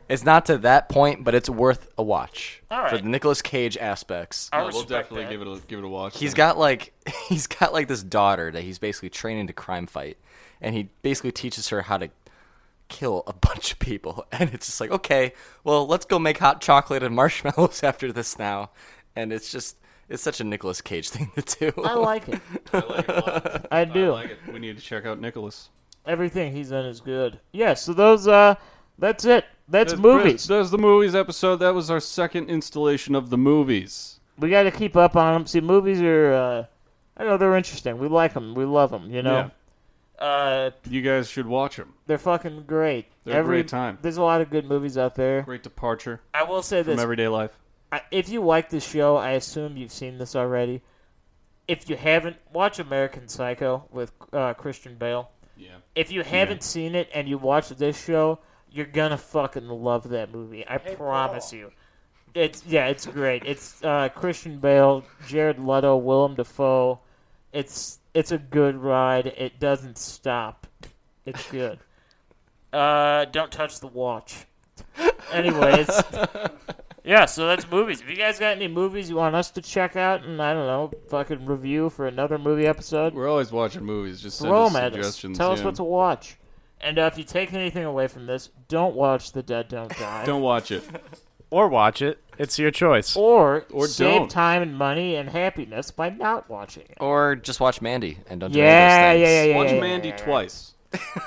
Speaker 3: it's not to that point, but it's worth a watch
Speaker 1: All
Speaker 3: for
Speaker 1: right.
Speaker 3: the Nicolas Cage aspects.
Speaker 1: I
Speaker 2: No, we'll
Speaker 1: respect
Speaker 2: definitely
Speaker 1: that.
Speaker 2: give it a give it a watch.
Speaker 3: he's
Speaker 2: then.
Speaker 3: got like he's got like this daughter that he's basically training to crime fight and he basically teaches her how to kill a bunch of people and it's just like okay well let's go make hot chocolate and marshmallows after this now and it's just it's such a Nicolas Cage thing to do.
Speaker 1: I like it.
Speaker 2: I like it a lot.
Speaker 1: I
Speaker 2: I
Speaker 1: do.
Speaker 2: like it. We need to check out Nicholas.
Speaker 1: Everything he's in is good. Yeah. So those. Uh, that's it. That's
Speaker 2: There's-
Speaker 1: movies.
Speaker 2: There's the movies episode. That was our second installation of the movies.
Speaker 1: we got to keep up on them. See, movies are. Uh, I know they're interesting. We like them. We love them. You know. Uh,
Speaker 2: You guys should watch them.
Speaker 1: they're fucking great.
Speaker 2: They're a great time.
Speaker 1: There's a lot of good movies out there.
Speaker 2: Great departure
Speaker 1: I will say
Speaker 2: from
Speaker 1: this:
Speaker 2: everyday life.
Speaker 1: I, if you like this show, I assume you've seen this already. If you haven't, watch American Psycho with uh, Christian Bale.
Speaker 2: Yeah.
Speaker 1: If you haven't seen it and you watch this show, you're gonna fucking love that movie. I promise you. It's yeah, it's great. It's uh, Christian Bale, Jared Leto, Willem Dafoe. It's it's a good ride. It doesn't stop. It's good. uh, don't touch the watch. Anyways, yeah. So that's movies. If you guys got any movies you want us to check out, and I don't know, fucking review for another movie episode,
Speaker 2: We're always watching movies. Just send
Speaker 1: throw
Speaker 2: us
Speaker 1: 'em at us.
Speaker 2: suggestions.
Speaker 1: Tell us
Speaker 2: yeah.
Speaker 1: what to watch. And uh, if you take anything away from this, don't watch The Dead Don't Die.
Speaker 2: Don't watch it.
Speaker 4: Or watch it. It's your choice.
Speaker 1: Or,
Speaker 2: Or
Speaker 1: save
Speaker 2: don't.
Speaker 1: time and money and happiness by not watching it.
Speaker 3: or just watch Mandy and don't
Speaker 1: Yeah,
Speaker 3: do any of those
Speaker 1: yeah,
Speaker 3: things.
Speaker 1: yeah, yeah.
Speaker 2: Watch Mandy twice.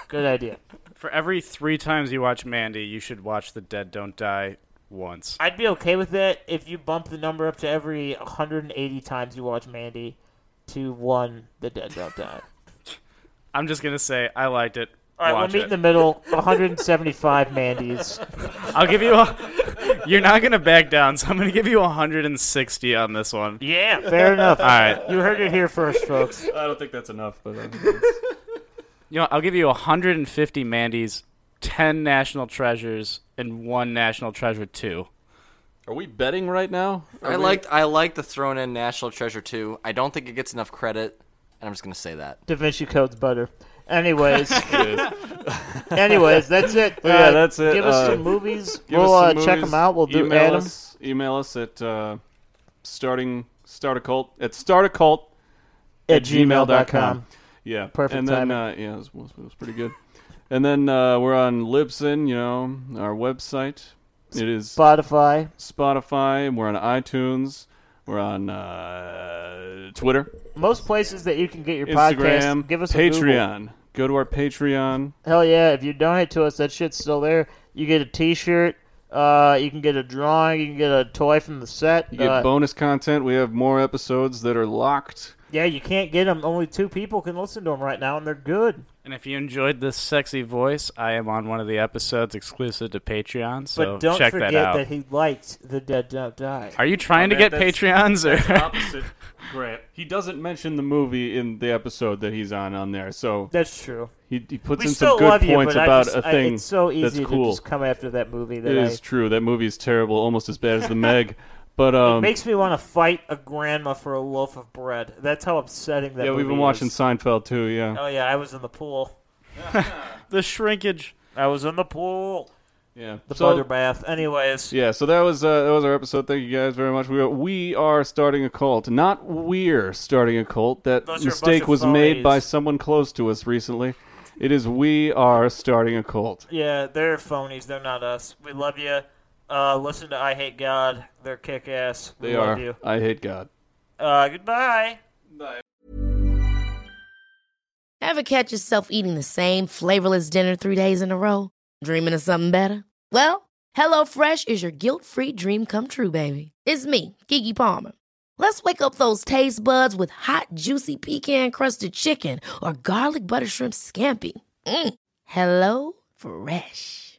Speaker 1: Good idea.
Speaker 4: For every three times you watch Mandy, you should watch The Dead Don't Die once.
Speaker 1: I'd be okay with that if you bump the number up to every 180 times you watch Mandy to one The Dead Don't Die.
Speaker 4: I'm just gonna say I liked it.
Speaker 1: All right,
Speaker 4: watch
Speaker 1: we'll meet
Speaker 4: it.
Speaker 1: in the middle. 175 Mandy's.
Speaker 4: I'll give you. A, you're not gonna back down, so I'm gonna give you 160 on this one.
Speaker 1: Yeah, fair enough.
Speaker 4: All right.
Speaker 1: You heard it here first, folks.
Speaker 2: I don't think that's enough, but uh,
Speaker 4: You know, I'll give you 150 Mandy's, 10 National Treasures, and one National Treasure two.
Speaker 2: are we betting right now? Are
Speaker 3: I
Speaker 2: we-
Speaker 3: liked I liked the thrown in National Treasure too. I don't think it gets enough credit, and I'm just gonna say that.
Speaker 1: Da Vinci Code's butter. Anyways. Anyways, that's it.
Speaker 2: Yeah,
Speaker 1: Uh,
Speaker 2: that's it.
Speaker 1: Give us
Speaker 2: Uh,
Speaker 1: some movies.
Speaker 2: Give
Speaker 1: we'll
Speaker 2: us
Speaker 1: uh,
Speaker 2: some
Speaker 1: check
Speaker 2: movies.
Speaker 1: them out. We'll do
Speaker 2: email
Speaker 1: Adam.
Speaker 2: Us, email us at uh, starting start a cult at start a cult
Speaker 1: At gmail.com.
Speaker 2: Yeah,
Speaker 1: Perfect
Speaker 2: And then
Speaker 1: timing.
Speaker 2: uh, yeah, it was, was- was pretty good. And then uh, we're on Libsyn, you know, our website. It is
Speaker 1: Spotify.
Speaker 2: Spotify. We're on iTunes. We're on uh, Twitter,
Speaker 1: Most places that you can get your
Speaker 2: Instagram,
Speaker 1: podcast. Give us a Google.
Speaker 2: Patreon. Go to our Patreon.
Speaker 1: Hell yeah! If you donate to us, that shit's still there. You get a T-shirt. Uh, you can get a drawing. You can get a toy from the set.
Speaker 2: You get
Speaker 1: uh,
Speaker 2: bonus content. We have more episodes that are locked.
Speaker 1: yeah, you can't get them. Only two people can listen to them right now, and they're good.
Speaker 4: And if you enjoyed this sexy voice, I am on one of the episodes exclusive to Patreon, so
Speaker 1: but don't
Speaker 4: check
Speaker 1: forget
Speaker 4: that out.
Speaker 1: he liked the Dead Don't Die.
Speaker 4: Are you trying
Speaker 2: Oh,
Speaker 4: to get
Speaker 2: that- that's-
Speaker 4: Patreons or?
Speaker 2: Opposite Grant. He doesn't mention the movie in the episode that he's on on there, so
Speaker 1: That's true.
Speaker 2: he, he puts
Speaker 1: We
Speaker 2: in
Speaker 1: still
Speaker 2: some good
Speaker 1: love you,
Speaker 2: points
Speaker 1: but I
Speaker 2: about
Speaker 1: just-
Speaker 2: a
Speaker 1: I-
Speaker 2: thing
Speaker 1: it's so easy
Speaker 2: that's
Speaker 1: to
Speaker 2: cool.
Speaker 1: just come after that movie that
Speaker 2: It
Speaker 1: I,
Speaker 2: is true. That movie is terrible, almost as bad as The Meg. But um,
Speaker 1: makes me want to fight a grandma for a loaf of bread. That's how upsetting that.
Speaker 2: yeah, we've
Speaker 1: movie
Speaker 2: been watching
Speaker 1: is.
Speaker 2: Seinfeld too. Yeah,
Speaker 1: Oh yeah, I was in the pool.
Speaker 4: the shrinkage.
Speaker 1: I was in the pool.
Speaker 2: yeah.
Speaker 1: The
Speaker 2: So-
Speaker 1: butter bath. Anyways,
Speaker 2: Yeah, so that was uh, that was our episode. Thank you guys very much. We are, we are starting a cult. Not we're starting a cult. That
Speaker 1: Those are a bunch
Speaker 2: mistake
Speaker 1: of
Speaker 2: was made
Speaker 1: phonies.
Speaker 2: by someone close to us recently. It is we are starting a cult.
Speaker 1: yeah, they're phonies. They're not us. We love you. Uh, listen to I Hate God. They're kick ass.
Speaker 2: They
Speaker 1: we
Speaker 2: are.
Speaker 1: Love you.
Speaker 2: I hate God.
Speaker 1: Uh, goodbye.
Speaker 6: Ever catch yourself eating the same flavorless dinner three days in a row? Dreaming of something better? Well, HelloFresh is your guilt free dream come true, baby. It's me, Gigi Palmer. Let's wake up those taste buds with hot, juicy pecan crusted chicken or garlic butter shrimp scampi. Mm. Hello Fresh.